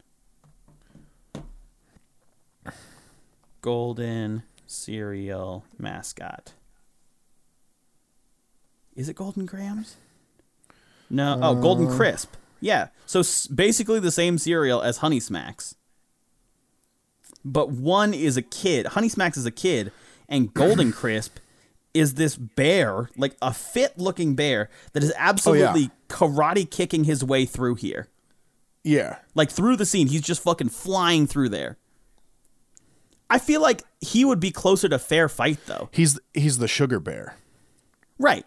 [SPEAKER 1] Golden cereal mascot. Is it Golden Grams? No. Oh, Golden Crisp. Yeah. So s- basically the same cereal as Honey Smacks. But one is a kid. Honey Smacks is a kid, and Golden Crisp is this bear, like a fit looking bear, that is absolutely karate kicking his way through here.
[SPEAKER 2] Yeah.
[SPEAKER 1] Like through the scene, he's just fucking flying through there. I feel like he would be closer to fair fight though.
[SPEAKER 2] He's he's the sugar bear.
[SPEAKER 1] Right.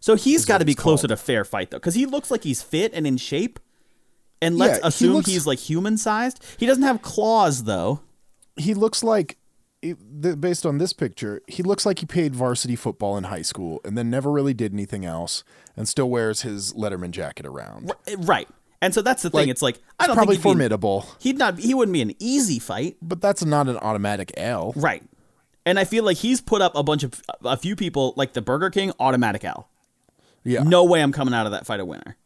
[SPEAKER 1] So he's got to
[SPEAKER 2] what
[SPEAKER 1] be
[SPEAKER 2] it's
[SPEAKER 1] closer
[SPEAKER 2] called.
[SPEAKER 1] to fair fight though, because he looks like he's fit and in shape. And let's
[SPEAKER 2] Yeah, he
[SPEAKER 1] assume
[SPEAKER 2] looks-
[SPEAKER 1] he's like human sized. He doesn't have claws though.
[SPEAKER 2] He looks like it- th- based on this picture, he looks like he played varsity football in high school and then never really did anything else and still wears his Letterman jacket around.
[SPEAKER 1] Eh, Right. And so that's the thing.
[SPEAKER 2] Like,
[SPEAKER 1] it's like I
[SPEAKER 2] It's
[SPEAKER 1] don't
[SPEAKER 2] probably
[SPEAKER 1] think he'd be-
[SPEAKER 2] formidable,
[SPEAKER 1] he'd not. He wouldn't be an easy fight.
[SPEAKER 2] but that's not an automatic L.
[SPEAKER 1] Right. And I feel like he's put up a bunch of a few people like the Burger King automatic L.
[SPEAKER 2] Yeah.
[SPEAKER 1] No way I'm coming out of that fight a winner.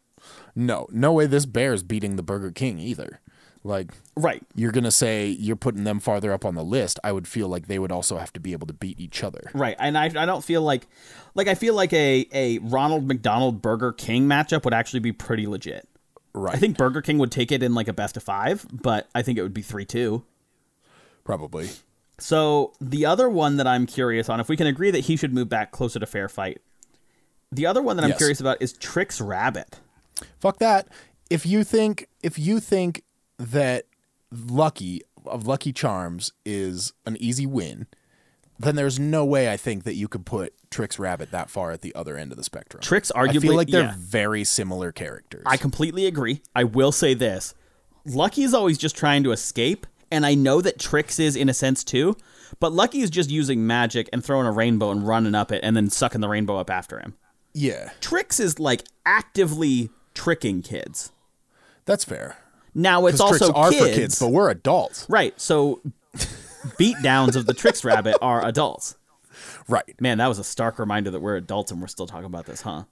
[SPEAKER 2] No, no way this bear's beating the Burger King either. Like
[SPEAKER 1] Right.
[SPEAKER 2] you're gonna say you're putting them farther up on the list. I would feel like they would also have to be able to beat each other.
[SPEAKER 1] Right, and I, I don't feel like, like I feel like a a Ronald McDonald Burger King matchup would actually be pretty legit.
[SPEAKER 2] Right.
[SPEAKER 1] I think Burger King would take it in like a best of five, but I think it would be three two.
[SPEAKER 2] probably.
[SPEAKER 1] So the other one that I'm curious on, if we can agree that he should move back closer to fair fight, the other one that I'm
[SPEAKER 2] Yes.
[SPEAKER 1] curious about is Trix Rabbit.
[SPEAKER 2] Fuck that. If you think if you think that Lucky of Lucky Charms is an easy win, then there's no way I think that you could put Trix Rabbit that far at the other end of the spectrum.
[SPEAKER 1] Trix
[SPEAKER 2] I
[SPEAKER 1] arguably-
[SPEAKER 2] feel like they're
[SPEAKER 1] yeah.
[SPEAKER 2] very similar characters.
[SPEAKER 1] I completely agree. I will say this: Lucky is always just trying to escape, and I know that Trix is in a sense too. But Lucky is just using magic and throwing a rainbow and running up it, and then sucking the rainbow up after him.
[SPEAKER 2] yeah,
[SPEAKER 1] Trix is like actively tricking kids.
[SPEAKER 2] that's fair.
[SPEAKER 1] Now it's
[SPEAKER 2] Tricks
[SPEAKER 1] also
[SPEAKER 2] are
[SPEAKER 1] kids,
[SPEAKER 2] for kids, but we're adults,
[SPEAKER 1] right? So beat downs of the Trix rabbit are adults.
[SPEAKER 2] right?
[SPEAKER 1] Man, that was a stark reminder that we're adults and we're still talking about this, huh?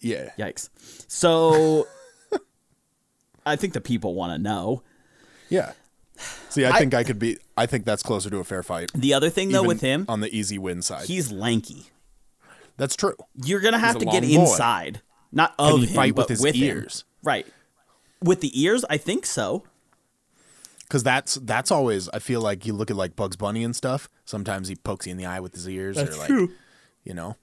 [SPEAKER 2] Yeah,
[SPEAKER 1] Yikes. So I think the people want to know.
[SPEAKER 2] yeah. See, I, think I could be. I think that's closer to a fair fight.
[SPEAKER 1] The other thing though
[SPEAKER 2] even
[SPEAKER 1] with him,
[SPEAKER 2] on the easy win side,
[SPEAKER 1] he's lanky.
[SPEAKER 2] that's true.
[SPEAKER 1] You're gonna have
[SPEAKER 2] a
[SPEAKER 1] to get
[SPEAKER 2] long boy.
[SPEAKER 1] inside, not of
[SPEAKER 2] he
[SPEAKER 1] him,
[SPEAKER 2] fight with
[SPEAKER 1] but
[SPEAKER 2] his
[SPEAKER 1] him.
[SPEAKER 2] ears?
[SPEAKER 1] Right. With the ears, I think so.
[SPEAKER 2] Because that's that's always I feel like you look at like Bugs Bunny and stuff. Sometimes he pokes you in the eye with his ears, or like you know,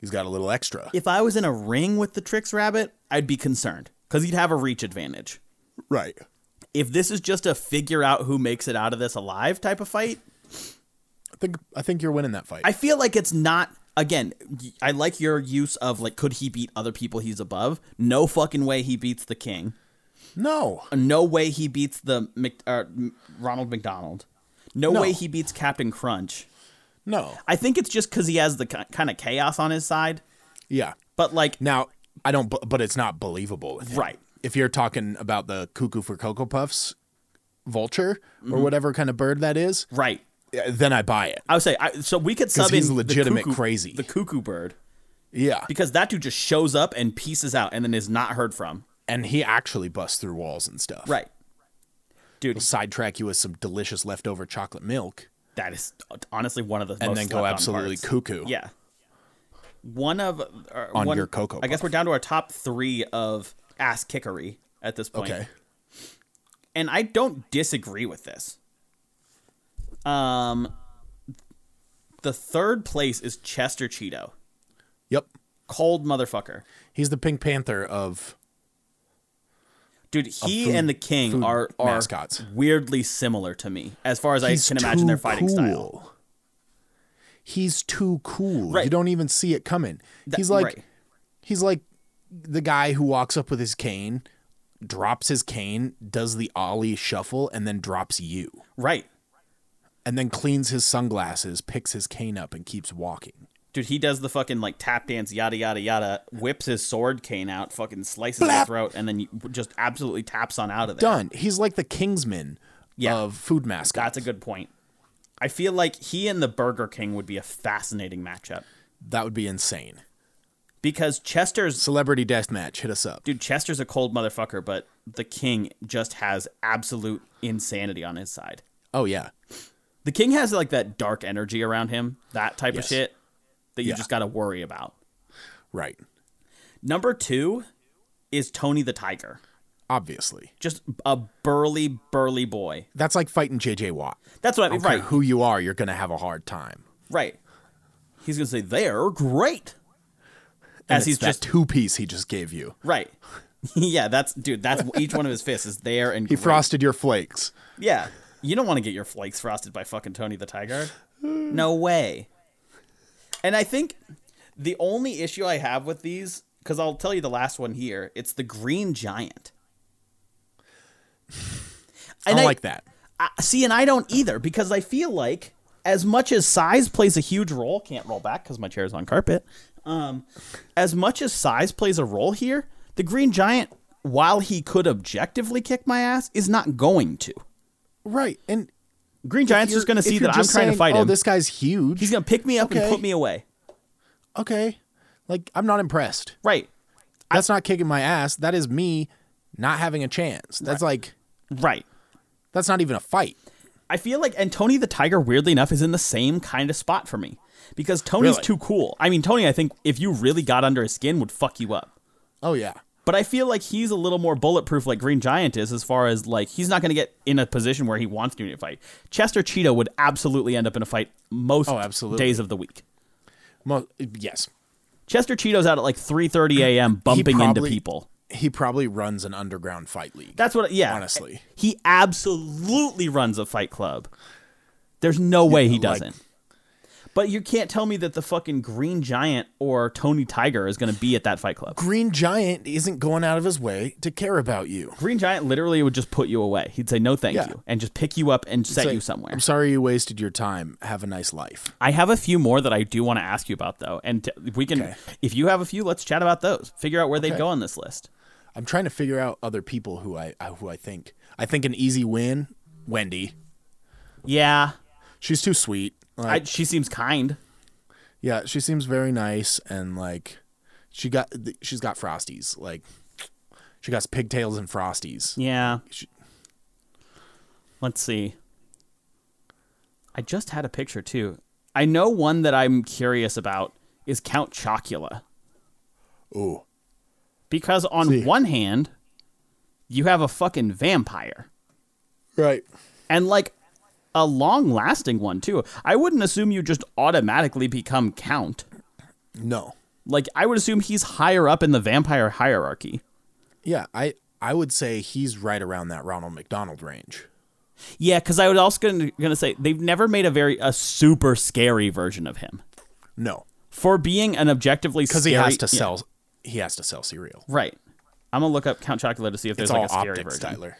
[SPEAKER 2] he's got a little extra.
[SPEAKER 1] If I was in a ring with the Trix Rabbit, I'd be concerned because he'd have a reach advantage.
[SPEAKER 2] Right.
[SPEAKER 1] If this is just a figure out who makes it out of this alive type of fight,
[SPEAKER 2] I think I think you're winning that fight.
[SPEAKER 1] I feel like it's not. Again, y- I like your use of like, could he beat other people he's above? No fucking way he beats the king.
[SPEAKER 2] no,
[SPEAKER 1] No way he beats the Mc, uh, M- Ronald McDonald. No,
[SPEAKER 2] No.
[SPEAKER 1] way he beats Captain Crunch.
[SPEAKER 2] no.
[SPEAKER 1] I think it's just because he has the kind of chaos on his side.
[SPEAKER 2] Yeah.
[SPEAKER 1] But like,
[SPEAKER 2] Now I don't, bu- but it's not believable, with him.
[SPEAKER 1] Right.
[SPEAKER 2] If you're talking about the cuckoo for cocoa puffs, vulture or whatever kind of bird that is,
[SPEAKER 1] right?
[SPEAKER 2] yeah, then I buy it.
[SPEAKER 1] Mm-hmm. I would say I, so. We could sub
[SPEAKER 2] he's
[SPEAKER 1] in the
[SPEAKER 2] legitimate
[SPEAKER 1] cuckoo-
[SPEAKER 2] crazy.
[SPEAKER 1] the cuckoo bird,
[SPEAKER 2] Yeah.
[SPEAKER 1] because that dude just shows up and pieces out and then is not heard from.
[SPEAKER 2] and he actually busts through walls and stuff.
[SPEAKER 1] Right, dude.
[SPEAKER 2] He'll sidetrack you with some delicious leftover chocolate milk.
[SPEAKER 1] That is honestly one of the
[SPEAKER 2] And
[SPEAKER 1] most
[SPEAKER 2] then go
[SPEAKER 1] slept-on
[SPEAKER 2] absolutely
[SPEAKER 1] parts.
[SPEAKER 2] cuckoo.
[SPEAKER 1] Yeah, one of or
[SPEAKER 2] On
[SPEAKER 1] one-
[SPEAKER 2] your Cocoa
[SPEAKER 1] I guess
[SPEAKER 2] Puff.
[SPEAKER 1] we're down to our top three of ass kickery at this point.
[SPEAKER 2] Okay.
[SPEAKER 1] and I don't disagree with this. Um, the third place is Chester Cheeto,
[SPEAKER 2] Yep.
[SPEAKER 1] cold motherfucker.
[SPEAKER 2] He's the Pink Panther of
[SPEAKER 1] Dude, he
[SPEAKER 2] food-
[SPEAKER 1] and the king
[SPEAKER 2] food
[SPEAKER 1] are, are
[SPEAKER 2] mascots.
[SPEAKER 1] weirdly similar to me as far as
[SPEAKER 2] He's
[SPEAKER 1] I can imagine their fighting
[SPEAKER 2] cool.
[SPEAKER 1] style.
[SPEAKER 2] He's too cool.
[SPEAKER 1] Right.
[SPEAKER 2] You don't even see it coming.
[SPEAKER 1] That-
[SPEAKER 2] he's like
[SPEAKER 1] right.
[SPEAKER 2] he's like the guy who walks up with his cane, drops his cane, does the ollie shuffle and then drops you.
[SPEAKER 1] Right.
[SPEAKER 2] And then cleans his sunglasses, picks his cane up and keeps walking.
[SPEAKER 1] Dude, he does the fucking like tap dance, yada yada yada, whips his sword cane out, fucking slices his
[SPEAKER 2] Blap.
[SPEAKER 1] throat, and then you- just absolutely taps on out of there.
[SPEAKER 2] Done. He's like the Kingsman
[SPEAKER 1] Yeah.
[SPEAKER 2] of food mascots.
[SPEAKER 1] That's a good point. I feel like he and the Burger King would be a fascinating matchup
[SPEAKER 2] That would be insane.
[SPEAKER 1] because Chester's
[SPEAKER 2] Celebrity death match. Hit us up.
[SPEAKER 1] dude, Chester's a cold motherfucker, but the King just has absolute insanity on his side.
[SPEAKER 2] Oh yeah.
[SPEAKER 1] The king has like that dark energy around him, that type
[SPEAKER 2] Yes.
[SPEAKER 1] of shit that you
[SPEAKER 2] Yeah.
[SPEAKER 1] just got to worry about.
[SPEAKER 2] Right.
[SPEAKER 1] Number two is Tony the Tiger.
[SPEAKER 2] obviously.
[SPEAKER 1] Just a burly, burly boy.
[SPEAKER 2] That's like fighting JJ Watt.
[SPEAKER 1] That's what I mean.
[SPEAKER 2] Right.
[SPEAKER 1] Right.
[SPEAKER 2] Who you are, you're going to have a hard time.
[SPEAKER 1] Right. He's gonna say they're great.
[SPEAKER 2] And
[SPEAKER 1] As
[SPEAKER 2] it's
[SPEAKER 1] he's
[SPEAKER 2] that
[SPEAKER 1] just
[SPEAKER 2] two piece he just gave you.
[SPEAKER 1] right. yeah, that's dude. That's each one of his fists is there and
[SPEAKER 2] He
[SPEAKER 1] great.
[SPEAKER 2] frosted your flakes.
[SPEAKER 1] Yeah, you don't want to get your flakes frosted by fucking Tony the Tiger. No way. And I think the only issue I have with these, because I'll tell you the last one here, it's the Green Giant.
[SPEAKER 2] I don't like that.
[SPEAKER 1] I, see, and I don't either because I feel like as much as size plays a huge role, can't roll back because my chair's on carpet. Um, as much as size plays a role here, the Green Giant, while he could objectively kick my ass, is not going to.
[SPEAKER 2] Right. And
[SPEAKER 1] Green Giant's
[SPEAKER 2] you're-
[SPEAKER 1] just going to
[SPEAKER 2] if
[SPEAKER 1] see
[SPEAKER 2] you're
[SPEAKER 1] that I'm trying
[SPEAKER 2] just
[SPEAKER 1] to
[SPEAKER 2] saying,
[SPEAKER 1] fight
[SPEAKER 2] oh,
[SPEAKER 1] him.
[SPEAKER 2] this guy's huge.
[SPEAKER 1] He's going to pick me up
[SPEAKER 2] Okay.
[SPEAKER 1] and put me away.
[SPEAKER 2] okay. Like, I'm not impressed.
[SPEAKER 1] Right.
[SPEAKER 2] That's not kicking my ass. That is me not having a chance. That's like,
[SPEAKER 1] Right.
[SPEAKER 2] that's not even a fight.
[SPEAKER 1] I feel like, and Tony the Tiger, weirdly enough, is in the same kind of spot for me because Tony's
[SPEAKER 2] Really?
[SPEAKER 1] too cool. I mean, Tony, I think if you really got under his skin, would fuck you up.
[SPEAKER 2] Oh, yeah.
[SPEAKER 1] But I feel like he's a little more bulletproof, like Green Giant is, as far as like he's not going to get in a position where he wants to be in a fight. Chester Cheetah would absolutely end up in a fight most
[SPEAKER 2] Oh, absolutely.
[SPEAKER 1] days of the week.
[SPEAKER 2] Mo- yes.
[SPEAKER 1] Chester Cheeto's out at like three thirty a.m. bumping into
[SPEAKER 2] probably-
[SPEAKER 1] people.
[SPEAKER 2] He probably runs an underground fight league.
[SPEAKER 1] That's what. Yeah,
[SPEAKER 2] honestly.
[SPEAKER 1] he absolutely runs a fight club. There's no way he
[SPEAKER 2] like-
[SPEAKER 1] doesn't. but you can't tell me that the fucking Green Giant or Tony Tiger is going to be at that fight club.
[SPEAKER 2] Green Giant isn't going out of his way to care about you.
[SPEAKER 1] Green Giant literally would just put you away. He'd say no, thank
[SPEAKER 2] Yeah.
[SPEAKER 1] you, and just pick you up and set
[SPEAKER 2] It's like,
[SPEAKER 1] you somewhere.
[SPEAKER 2] I'm sorry you wasted your time. Have a nice life.
[SPEAKER 1] I have a few more that I do want to ask you about though, and t- if we can,
[SPEAKER 2] Okay.
[SPEAKER 1] if you have a few, let's chat about those. Figure out where they'd
[SPEAKER 2] Okay.
[SPEAKER 1] go on this list.
[SPEAKER 2] I'm trying to figure out other people who I, I who I think. I think an easy win, Wendy.
[SPEAKER 1] Yeah,
[SPEAKER 2] She's too sweet.
[SPEAKER 1] I,
[SPEAKER 2] Like,
[SPEAKER 1] she seems kind.
[SPEAKER 2] yeah, she seems very nice and like she got th- she's got frosties. Like she got pigtails and frosties.
[SPEAKER 1] Yeah.
[SPEAKER 2] She-
[SPEAKER 1] Let's see. I just had a picture too. I know one that I'm curious about is Count Chocula.
[SPEAKER 2] Ooh.
[SPEAKER 1] Because on
[SPEAKER 2] See.
[SPEAKER 1] one hand, you have a fucking vampire.
[SPEAKER 2] Right.
[SPEAKER 1] And like a long lasting one too. I wouldn't assume you just automatically become count.
[SPEAKER 2] No.
[SPEAKER 1] Like I would assume he's higher up in the vampire hierarchy.
[SPEAKER 2] Yeah, I I would say he's right around that Ronald McDonald range.
[SPEAKER 1] Yeah, because I was also gonna, gonna say they've never made a very a super scary version of him.
[SPEAKER 2] No.
[SPEAKER 1] for being an objectively
[SPEAKER 2] Cuz
[SPEAKER 1] because
[SPEAKER 2] he has to sell he has to sell cereal.
[SPEAKER 1] right. I'm gonna look up Count Chocula to see if
[SPEAKER 2] It's
[SPEAKER 1] there's like
[SPEAKER 2] all
[SPEAKER 1] a scary
[SPEAKER 2] optics,
[SPEAKER 1] version.
[SPEAKER 2] Tyler.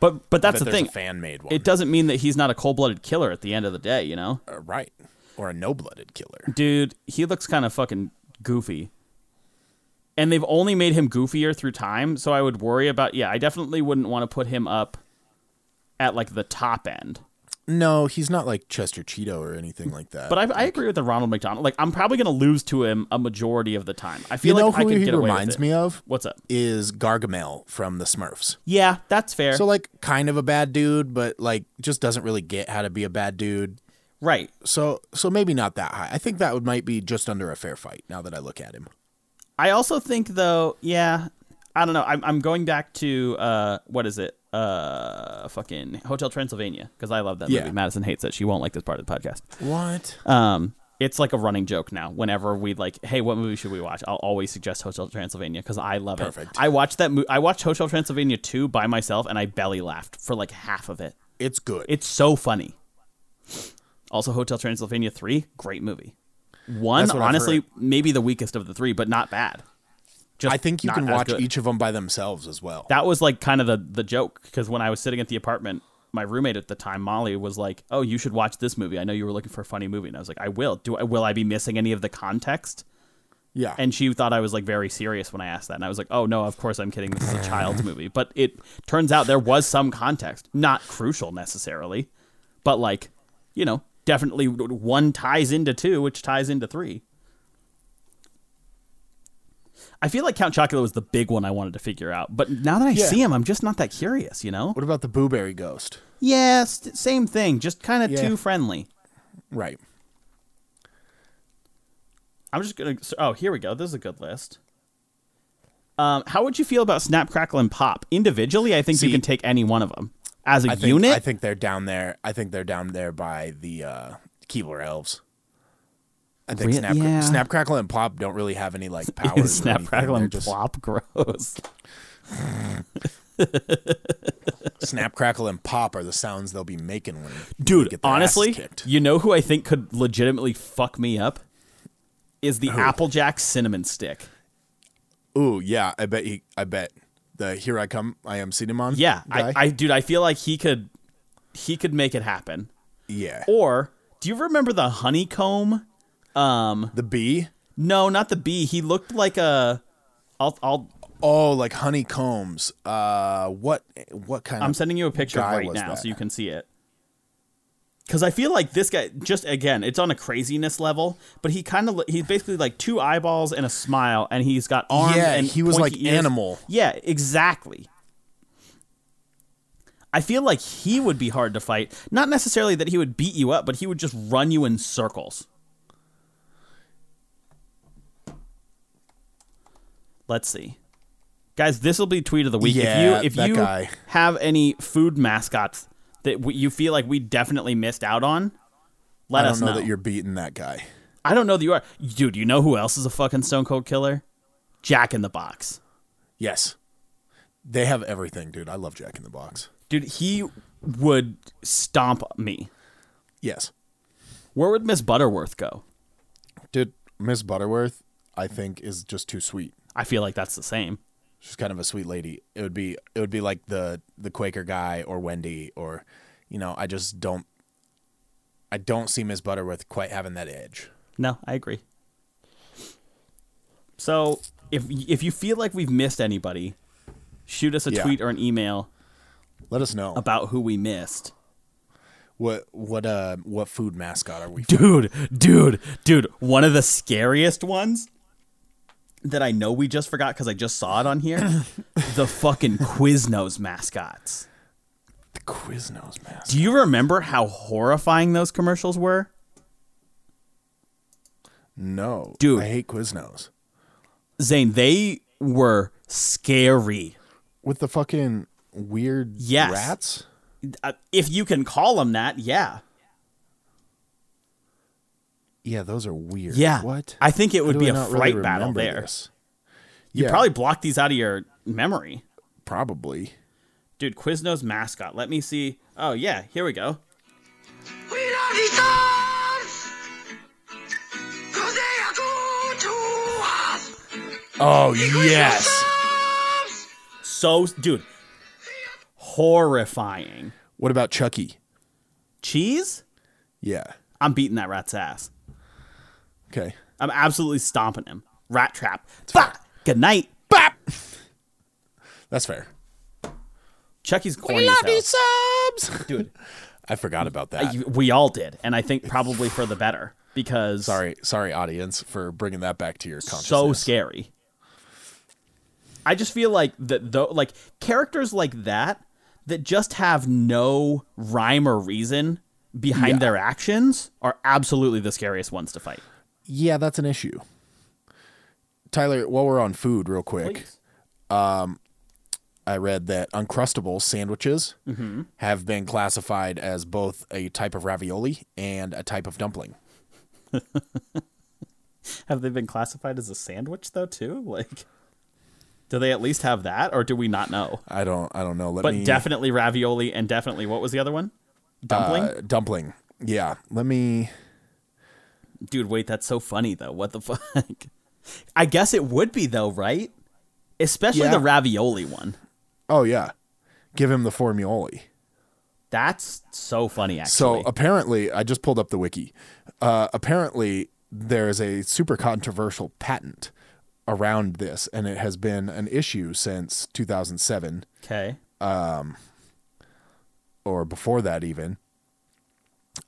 [SPEAKER 1] But but that's
[SPEAKER 2] But
[SPEAKER 1] the
[SPEAKER 2] there's
[SPEAKER 1] thing.
[SPEAKER 2] a fan made one.
[SPEAKER 1] It doesn't mean that he's not a cold-blooded killer at the end of the day, you know,
[SPEAKER 2] Uh, right. Or a no blooded killer.
[SPEAKER 1] dude. He looks kind of fucking goofy, and they've only made him goofier through time. So I would worry about. Yeah, I definitely wouldn't want to put him up at like the top end.
[SPEAKER 2] No, he's not like Chester Cheeto or anything like that.
[SPEAKER 1] But I, I agree with the Ronald McDonald. Like I'm probably gonna lose to him a majority of the time. I feel
[SPEAKER 2] you know
[SPEAKER 1] like I
[SPEAKER 2] who
[SPEAKER 1] could
[SPEAKER 2] he
[SPEAKER 1] get away with
[SPEAKER 2] reminds
[SPEAKER 1] it.
[SPEAKER 2] me of
[SPEAKER 1] What's up?
[SPEAKER 2] is Gargamel from the Smurfs.
[SPEAKER 1] Yeah, that's fair.
[SPEAKER 2] So like kind of a bad dude, but like just doesn't really get how to be a bad dude.
[SPEAKER 1] right.
[SPEAKER 2] So so maybe not that high. I think that would might be just under a fair fight now that I look at him.
[SPEAKER 1] I also think though, yeah, I don't know. I'm, I'm going back to uh, what is it? Uh, fucking Hotel Transylvania because I love that
[SPEAKER 2] Yeah.
[SPEAKER 1] movie. Madison hates it. She won't like this part of the podcast.
[SPEAKER 2] What?
[SPEAKER 1] Um, it's like a running joke now. Whenever we like, hey, what movie should we watch? I'll always suggest Hotel Transylvania because I love
[SPEAKER 2] Perfect.
[SPEAKER 1] it. I watched that. Mo- I watched Hotel Transylvania two by myself, and I belly laughed for like half of it.
[SPEAKER 2] It's good.
[SPEAKER 1] It's so funny. Also, Hotel Transylvania three, great movie. One,
[SPEAKER 2] That's what I've
[SPEAKER 1] honestly,
[SPEAKER 2] heard.
[SPEAKER 1] maybe the weakest of the three, but not bad. Just
[SPEAKER 2] I think you
[SPEAKER 1] not
[SPEAKER 2] can
[SPEAKER 1] as
[SPEAKER 2] watch
[SPEAKER 1] good.
[SPEAKER 2] each of them by themselves as well.
[SPEAKER 1] That was like kind of the the joke because when I was sitting at the apartment, my roommate at the time, Molly, was like, "Oh, you should watch this movie. I know you were looking for a funny movie," and I was like, "I will. Do I will I be missing any of the context?"
[SPEAKER 2] yeah.
[SPEAKER 1] And she thought I was like very serious when I asked that, and I was like, "Oh no, of course I'm kidding. This is a child's movie." But it turns out there was some context, not crucial necessarily, but like, you know, definitely one ties into two, which ties into three. I feel like Count Chocula was the big one I wanted to figure out, but now that I
[SPEAKER 2] Yeah.
[SPEAKER 1] see him, I'm just not that curious, you know?
[SPEAKER 2] what about the Booberry Ghost?
[SPEAKER 1] Yeah, st- same thing, just kind of
[SPEAKER 2] Yeah.
[SPEAKER 1] too friendly.
[SPEAKER 2] Right.
[SPEAKER 1] I'm just gonna. so- Oh, here we go. This is a good list. Um, how would you feel about Snap Crackle and Pop individually? I think you
[SPEAKER 2] See-
[SPEAKER 1] can take any one of them as a
[SPEAKER 2] I think,
[SPEAKER 1] unit.
[SPEAKER 2] I think they're down there. I think they're down there by the uh, Keebler elves. I think
[SPEAKER 1] Re-
[SPEAKER 2] snap,
[SPEAKER 1] yeah.
[SPEAKER 2] snap, Crackle, and Pop don't really have any like powers. or
[SPEAKER 1] Snap
[SPEAKER 2] anything.
[SPEAKER 1] Crackle
[SPEAKER 2] They're
[SPEAKER 1] and
[SPEAKER 2] just-
[SPEAKER 1] Plop, gross.
[SPEAKER 2] Snap, Crackle, and Pop are the sounds they'll be making when they
[SPEAKER 1] Dude,
[SPEAKER 2] get their asses
[SPEAKER 1] honestly,
[SPEAKER 2] kicked.
[SPEAKER 1] you know who I think could legitimately fuck me up is the Applejack cinnamon stick.
[SPEAKER 2] Ooh, yeah, I bet. He, I bet the here I come, I am Cinnamon.
[SPEAKER 1] Yeah,
[SPEAKER 2] guy?
[SPEAKER 1] I, I dude, I feel like he could he could make it happen.
[SPEAKER 2] yeah.
[SPEAKER 1] Or do you remember the honeycomb?
[SPEAKER 2] the bee.
[SPEAKER 1] No, not the bee. He looked like a. I'll. I'll
[SPEAKER 2] Oh, like honeycombs. Uh, what? What kind
[SPEAKER 1] I'm
[SPEAKER 2] of?
[SPEAKER 1] sending you a picture
[SPEAKER 2] guy
[SPEAKER 1] right
[SPEAKER 2] was
[SPEAKER 1] now
[SPEAKER 2] that?
[SPEAKER 1] so you can see it. Because I feel like this guy, just again, it's on a craziness level, but he kind of he's basically like two eyeballs and a smile, and he's got arms.
[SPEAKER 2] Yeah,
[SPEAKER 1] and
[SPEAKER 2] he was
[SPEAKER 1] pointy
[SPEAKER 2] like
[SPEAKER 1] ears.
[SPEAKER 2] animal.
[SPEAKER 1] Yeah, exactly. I feel like he would be hard to fight. Not necessarily that he would beat you up, but he would just run you in circles. Let's see. Guys, this will be tweet of the week.
[SPEAKER 2] Yeah,
[SPEAKER 1] if you if
[SPEAKER 2] that
[SPEAKER 1] you
[SPEAKER 2] guy.
[SPEAKER 1] have any food mascots that w- you feel like we definitely missed out
[SPEAKER 2] I
[SPEAKER 1] on, let
[SPEAKER 2] don't
[SPEAKER 1] us
[SPEAKER 2] know,
[SPEAKER 1] know.
[SPEAKER 2] that you're beating that guy.
[SPEAKER 1] I don't know that you are. Dude, you know who else is a fucking stone cold killer? Jack in the Box.
[SPEAKER 2] Yes, they have everything, dude. I love Jack in the Box.
[SPEAKER 1] Dude, he would stomp me.
[SPEAKER 2] Yes,
[SPEAKER 1] Where would Miss Butterworth go?
[SPEAKER 2] dude. Miss Butterworth, I think, is just too sweet.
[SPEAKER 1] I feel like that's the same.
[SPEAKER 2] She's kind of a sweet lady. It would be it would be like the the Quaker guy or Wendy or, you know, I just don't. I don't see Miss Butterworth quite having that edge.
[SPEAKER 1] No, I agree. So, if if you feel like we've missed anybody, shoot us a
[SPEAKER 2] Yeah.
[SPEAKER 1] tweet or an email
[SPEAKER 2] Let us know
[SPEAKER 1] about who we missed.
[SPEAKER 2] what what uh what food mascot are we?
[SPEAKER 1] Dude, dude, dude, one of the scariest ones that I know we just forgot cuz I just saw it on here, the fucking Quiznos mascots.
[SPEAKER 2] The Quiznos mascot.
[SPEAKER 1] Do you remember how horrifying those commercials were?
[SPEAKER 2] No,
[SPEAKER 1] Dude.
[SPEAKER 2] I hate Quiznos
[SPEAKER 1] Zane, they were scary.
[SPEAKER 2] with the fucking weird
[SPEAKER 1] Yes.
[SPEAKER 2] rats.
[SPEAKER 1] Uh, If you can call them that, yeah.
[SPEAKER 2] Yeah, those are weird.
[SPEAKER 1] Yeah.
[SPEAKER 2] what?
[SPEAKER 1] I think it
[SPEAKER 2] How
[SPEAKER 1] would
[SPEAKER 2] do
[SPEAKER 1] be
[SPEAKER 2] I
[SPEAKER 1] a
[SPEAKER 2] not
[SPEAKER 1] fright
[SPEAKER 2] really
[SPEAKER 1] battle
[SPEAKER 2] remember
[SPEAKER 1] there.
[SPEAKER 2] this?
[SPEAKER 1] You
[SPEAKER 2] Yeah,
[SPEAKER 1] probably blocked these out of your memory.
[SPEAKER 2] probably.
[SPEAKER 1] Dude, Quiznos mascot. Let me see. Oh, yeah, here we go.
[SPEAKER 4] We love these dogs! Cause they are good to us!
[SPEAKER 2] Oh yes.
[SPEAKER 4] Dogs!
[SPEAKER 1] So, dude, horrifying.
[SPEAKER 2] What about Chucky?
[SPEAKER 1] Cheese?
[SPEAKER 2] Yeah.
[SPEAKER 1] I'm beating that rat's ass.
[SPEAKER 2] Okay.
[SPEAKER 1] I'm absolutely stomping him. Rat trap. Bah! Good night.
[SPEAKER 2] Bop. That's fair.
[SPEAKER 1] Chucky's corny as hell.
[SPEAKER 2] subs, dude. I forgot about that.
[SPEAKER 1] You- We all did, and I think probably for the better because
[SPEAKER 2] sorry, sorry, audience, for bringing that back to your consciousness.
[SPEAKER 1] so scary. I just feel like that though like characters like that that just have no rhyme or reason behind their actions are absolutely the scariest ones to fight.
[SPEAKER 2] Yeah, that's an issue. Tyler, while we're on food, real quick, I read that Uncrustables sandwiches
[SPEAKER 1] Mm-hmm.
[SPEAKER 2] have been classified as both a type of ravioli and a type of dumpling.
[SPEAKER 1] Have they been classified as a sandwich though too? Like do they at least have that or do we not know?
[SPEAKER 2] I don't, I don't know. Let
[SPEAKER 1] But
[SPEAKER 2] me
[SPEAKER 1] definitely ravioli and definitely what was the other one? Dumpling?
[SPEAKER 2] uh, dumpling. Yeah, let me.
[SPEAKER 1] Dude, wait, that's so funny though. What the fuck? I guess it would be though, right? Especially
[SPEAKER 2] Yeah.
[SPEAKER 1] the ravioli one.
[SPEAKER 2] Oh yeah, give him the formuli.
[SPEAKER 1] That's so funny
[SPEAKER 2] So uh,
[SPEAKER 1] actually.
[SPEAKER 2] apparently, I just pulled up the wiki. Uh, apparently, there is a super controversial patent around this, and it has been an issue since 2007
[SPEAKER 1] okay.
[SPEAKER 2] or before that even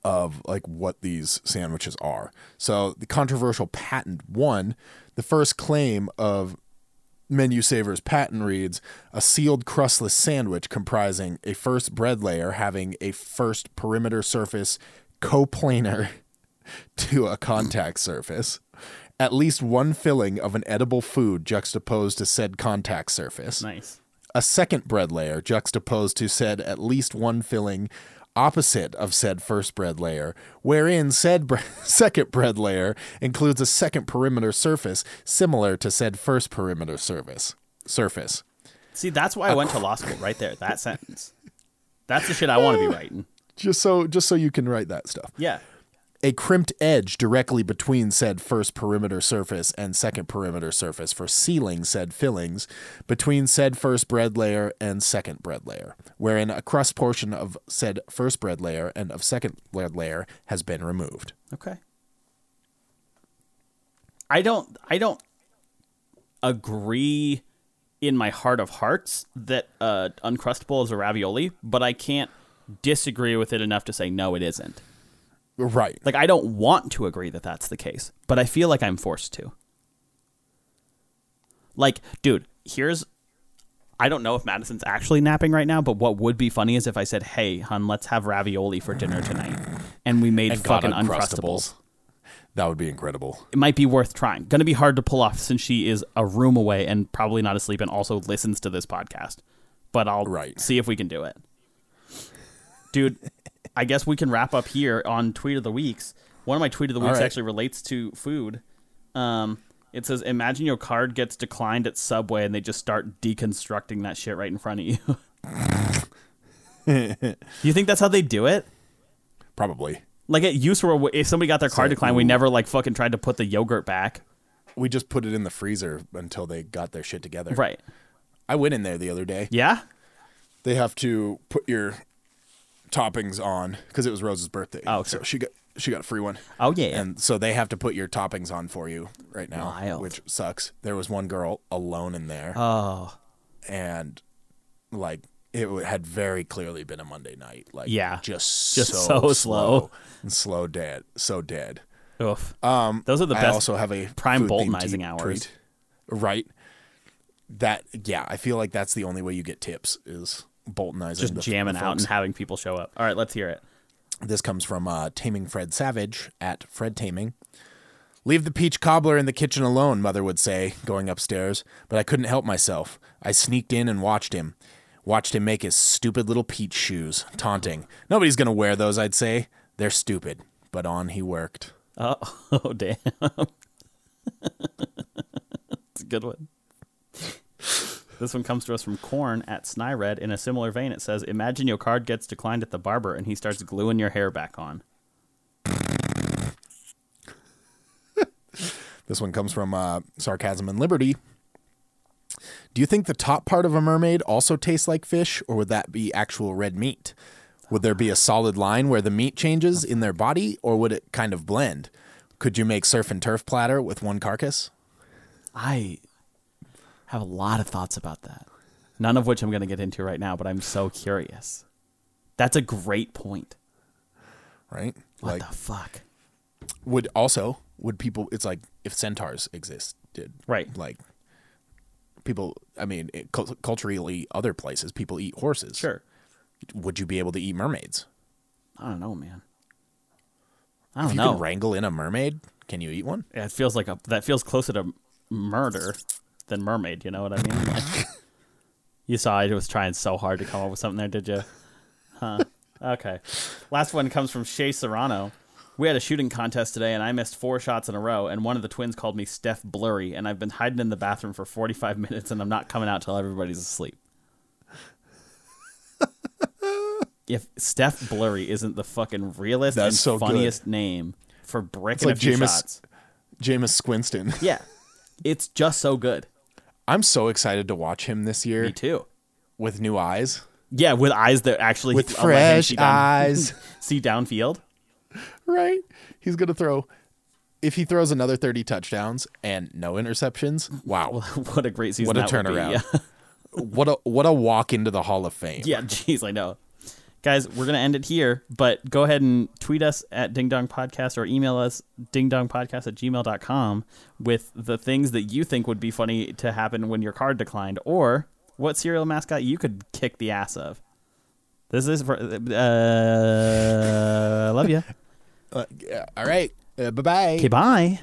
[SPEAKER 2] of like what these sandwiches are. So the controversial patent one, the first claim of Menu Saver's patent reads a sealed crustless sandwich comprising a first bread layer having a first perimeter surface coplanar to a contact surface At least one filling of an edible food juxtaposed to said contact surface.
[SPEAKER 1] Nice.
[SPEAKER 2] A second bread layer juxtaposed to said at least one filling opposite of said first bread layer, wherein said bre- second bread layer includes a second perimeter surface similar to said first perimeter surface. Surface.
[SPEAKER 1] See, that's
[SPEAKER 2] uh,
[SPEAKER 1] why I went to law school right there. That sentence. That's the shit I want to be writing.
[SPEAKER 2] Just so just so you can write that stuff.
[SPEAKER 1] Yeah.
[SPEAKER 2] a crimped edge directly between said first perimeter surface and second perimeter surface for sealing said fillings between said first bread layer and second bread layer, wherein a crust portion of said first bread layer and of second bread layer has been removed.
[SPEAKER 1] Okay. I don't I don't agree in my heart of hearts that uh uncrustable is a ravioli, but I can't disagree with it enough to say no it isn't.
[SPEAKER 2] Right.
[SPEAKER 1] Like I don't want to agree that that's the case, but I feel like I'm forced to. Like, dude, here's I don't know if Madison's actually napping right now, but what would be funny is if I said, "Hey, hun, let's have ravioli for dinner tonight." And we made fucking uncrustables
[SPEAKER 2] That would be incredible.
[SPEAKER 1] it might be worth trying. Going to be hard to pull off since she is a room away and probably not asleep and also listens to this podcast. But I'll
[SPEAKER 2] Right.
[SPEAKER 1] see if we can do it. Dude, I guess we can wrap up here on tweet of the weeks. One of my tweet of the weeks
[SPEAKER 2] right.
[SPEAKER 1] actually relates to food. Um, it says, "Imagine your card gets declined at Subway and they just start deconstructing that shit right in front of you." do you think that's how they do it?
[SPEAKER 2] Probably.
[SPEAKER 1] Like at Usura, if somebody got their card declined, we never like fucking tried to put the yogurt back.
[SPEAKER 2] We just put it in the freezer until they got their shit together.
[SPEAKER 1] Right.
[SPEAKER 2] I went in there the other day.
[SPEAKER 1] Yeah?
[SPEAKER 2] they have to put your toppings on because it was Rose's birthday.
[SPEAKER 1] Oh,
[SPEAKER 2] so
[SPEAKER 1] sure.
[SPEAKER 2] she got she got a free one.
[SPEAKER 1] Oh, yeah.
[SPEAKER 2] and so they have to put your toppings on for you right now,
[SPEAKER 1] Wild.
[SPEAKER 2] which sucks. There was one girl alone in there,
[SPEAKER 1] Oh,
[SPEAKER 2] and like it w- had very clearly been a Monday night. Like
[SPEAKER 1] Yeah.
[SPEAKER 2] just
[SPEAKER 1] Just
[SPEAKER 2] so,
[SPEAKER 1] so slow.
[SPEAKER 2] slow and slow dead, so dead.
[SPEAKER 1] oof.
[SPEAKER 2] Um,
[SPEAKER 1] Those are the
[SPEAKER 2] I
[SPEAKER 1] best
[SPEAKER 2] also have a
[SPEAKER 1] prime
[SPEAKER 2] food-themed
[SPEAKER 1] Boltonizing
[SPEAKER 2] deep
[SPEAKER 1] hours.
[SPEAKER 2] treat. right? That yeah, I feel like that's the only way you get tips is Boltonizing,
[SPEAKER 1] Just
[SPEAKER 2] the-
[SPEAKER 1] jamming
[SPEAKER 2] the
[SPEAKER 1] out
[SPEAKER 2] folks.
[SPEAKER 1] and having people show up. All right, let's hear it.
[SPEAKER 2] This comes from uh, Taming Fred Savage at Fred Taming. Leave the peach cobbler in the kitchen alone, mother would say, going upstairs, but I couldn't help myself. I sneaked in and watched him. Watched him make his stupid little peach shoes, taunting. Nobody's going to wear those, I'd say. They're stupid, but on he worked.
[SPEAKER 1] Oh, oh damn. It's a good one. This one comes to us from Corn at Snyred. In a similar vein, it says, "Imagine your card gets declined at the barber, and he starts gluing your hair back on."
[SPEAKER 2] This one comes from uh, Sarcasm and Liberty. Do you think the top part of a mermaid also tastes like fish, or would that be actual red meat? Would there be a solid line where the meat changes in their body, or would it kind of blend? Could you make surf and turf platter with one carcass?
[SPEAKER 1] I have a lot of thoughts about that, none of which I'm going to get into right now. But I'm so curious. That's a great point.
[SPEAKER 2] Right?
[SPEAKER 1] What
[SPEAKER 2] like,
[SPEAKER 1] the fuck?
[SPEAKER 2] would also would people? It's like if centaurs existed,
[SPEAKER 1] Right.
[SPEAKER 2] Like people. I mean, it, cul- culturally, other places people eat horses.
[SPEAKER 1] Sure.
[SPEAKER 2] Would you be able to eat mermaids?
[SPEAKER 1] I don't know, man. I don't
[SPEAKER 2] If you
[SPEAKER 1] know.
[SPEAKER 2] can wrangle in a mermaid, can you eat one?
[SPEAKER 1] Yeah, it feels like a that feels closer to murder than mermaid. You know what I mean? Like, you saw I was trying so hard to come up with something there, did you? Huh. Okay. Last one comes from Shea Serrano. We had a shooting contest today, and I missed four shots in a row. And one of the twins called me Steph Blurry, and I've been hiding in the bathroom for forty-five minutes, and I'm not coming out till everybody's asleep. if Steph Blurry isn't the fucking realest
[SPEAKER 2] That's
[SPEAKER 1] and
[SPEAKER 2] so good.
[SPEAKER 1] funniest name for brick and
[SPEAKER 2] like
[SPEAKER 1] a few
[SPEAKER 2] Jameis-
[SPEAKER 1] shots,
[SPEAKER 2] Jameis Squinston.
[SPEAKER 1] yeah. It's just so good.
[SPEAKER 2] I'm so excited to watch him this year
[SPEAKER 1] Me too.
[SPEAKER 2] with new eyes.
[SPEAKER 1] Yeah, with eyes that actually
[SPEAKER 2] With
[SPEAKER 1] allow him to
[SPEAKER 2] fresh
[SPEAKER 1] see down-
[SPEAKER 2] eyes.
[SPEAKER 1] see downfield.
[SPEAKER 2] Right? He's going to throw if he throws another 30 touchdowns and no interceptions. Wow.
[SPEAKER 1] What a great season!
[SPEAKER 2] What a
[SPEAKER 1] that would be.
[SPEAKER 2] turnaround.
[SPEAKER 1] Yeah.
[SPEAKER 2] what a what a walk into the Hall of Fame.
[SPEAKER 1] Yeah, jeez, I know. Guys, we're going to end it here, but go ahead and tweet us at Ding Dong Podcast or email us dingdongpodcast at gmail.com with the things that you think would be funny to happen when your card declined or what cereal mascot you could kick the ass of. This is for, uh, love you.
[SPEAKER 2] Uh, yeah. all right. Uh, bye-bye.
[SPEAKER 1] Okay, bye.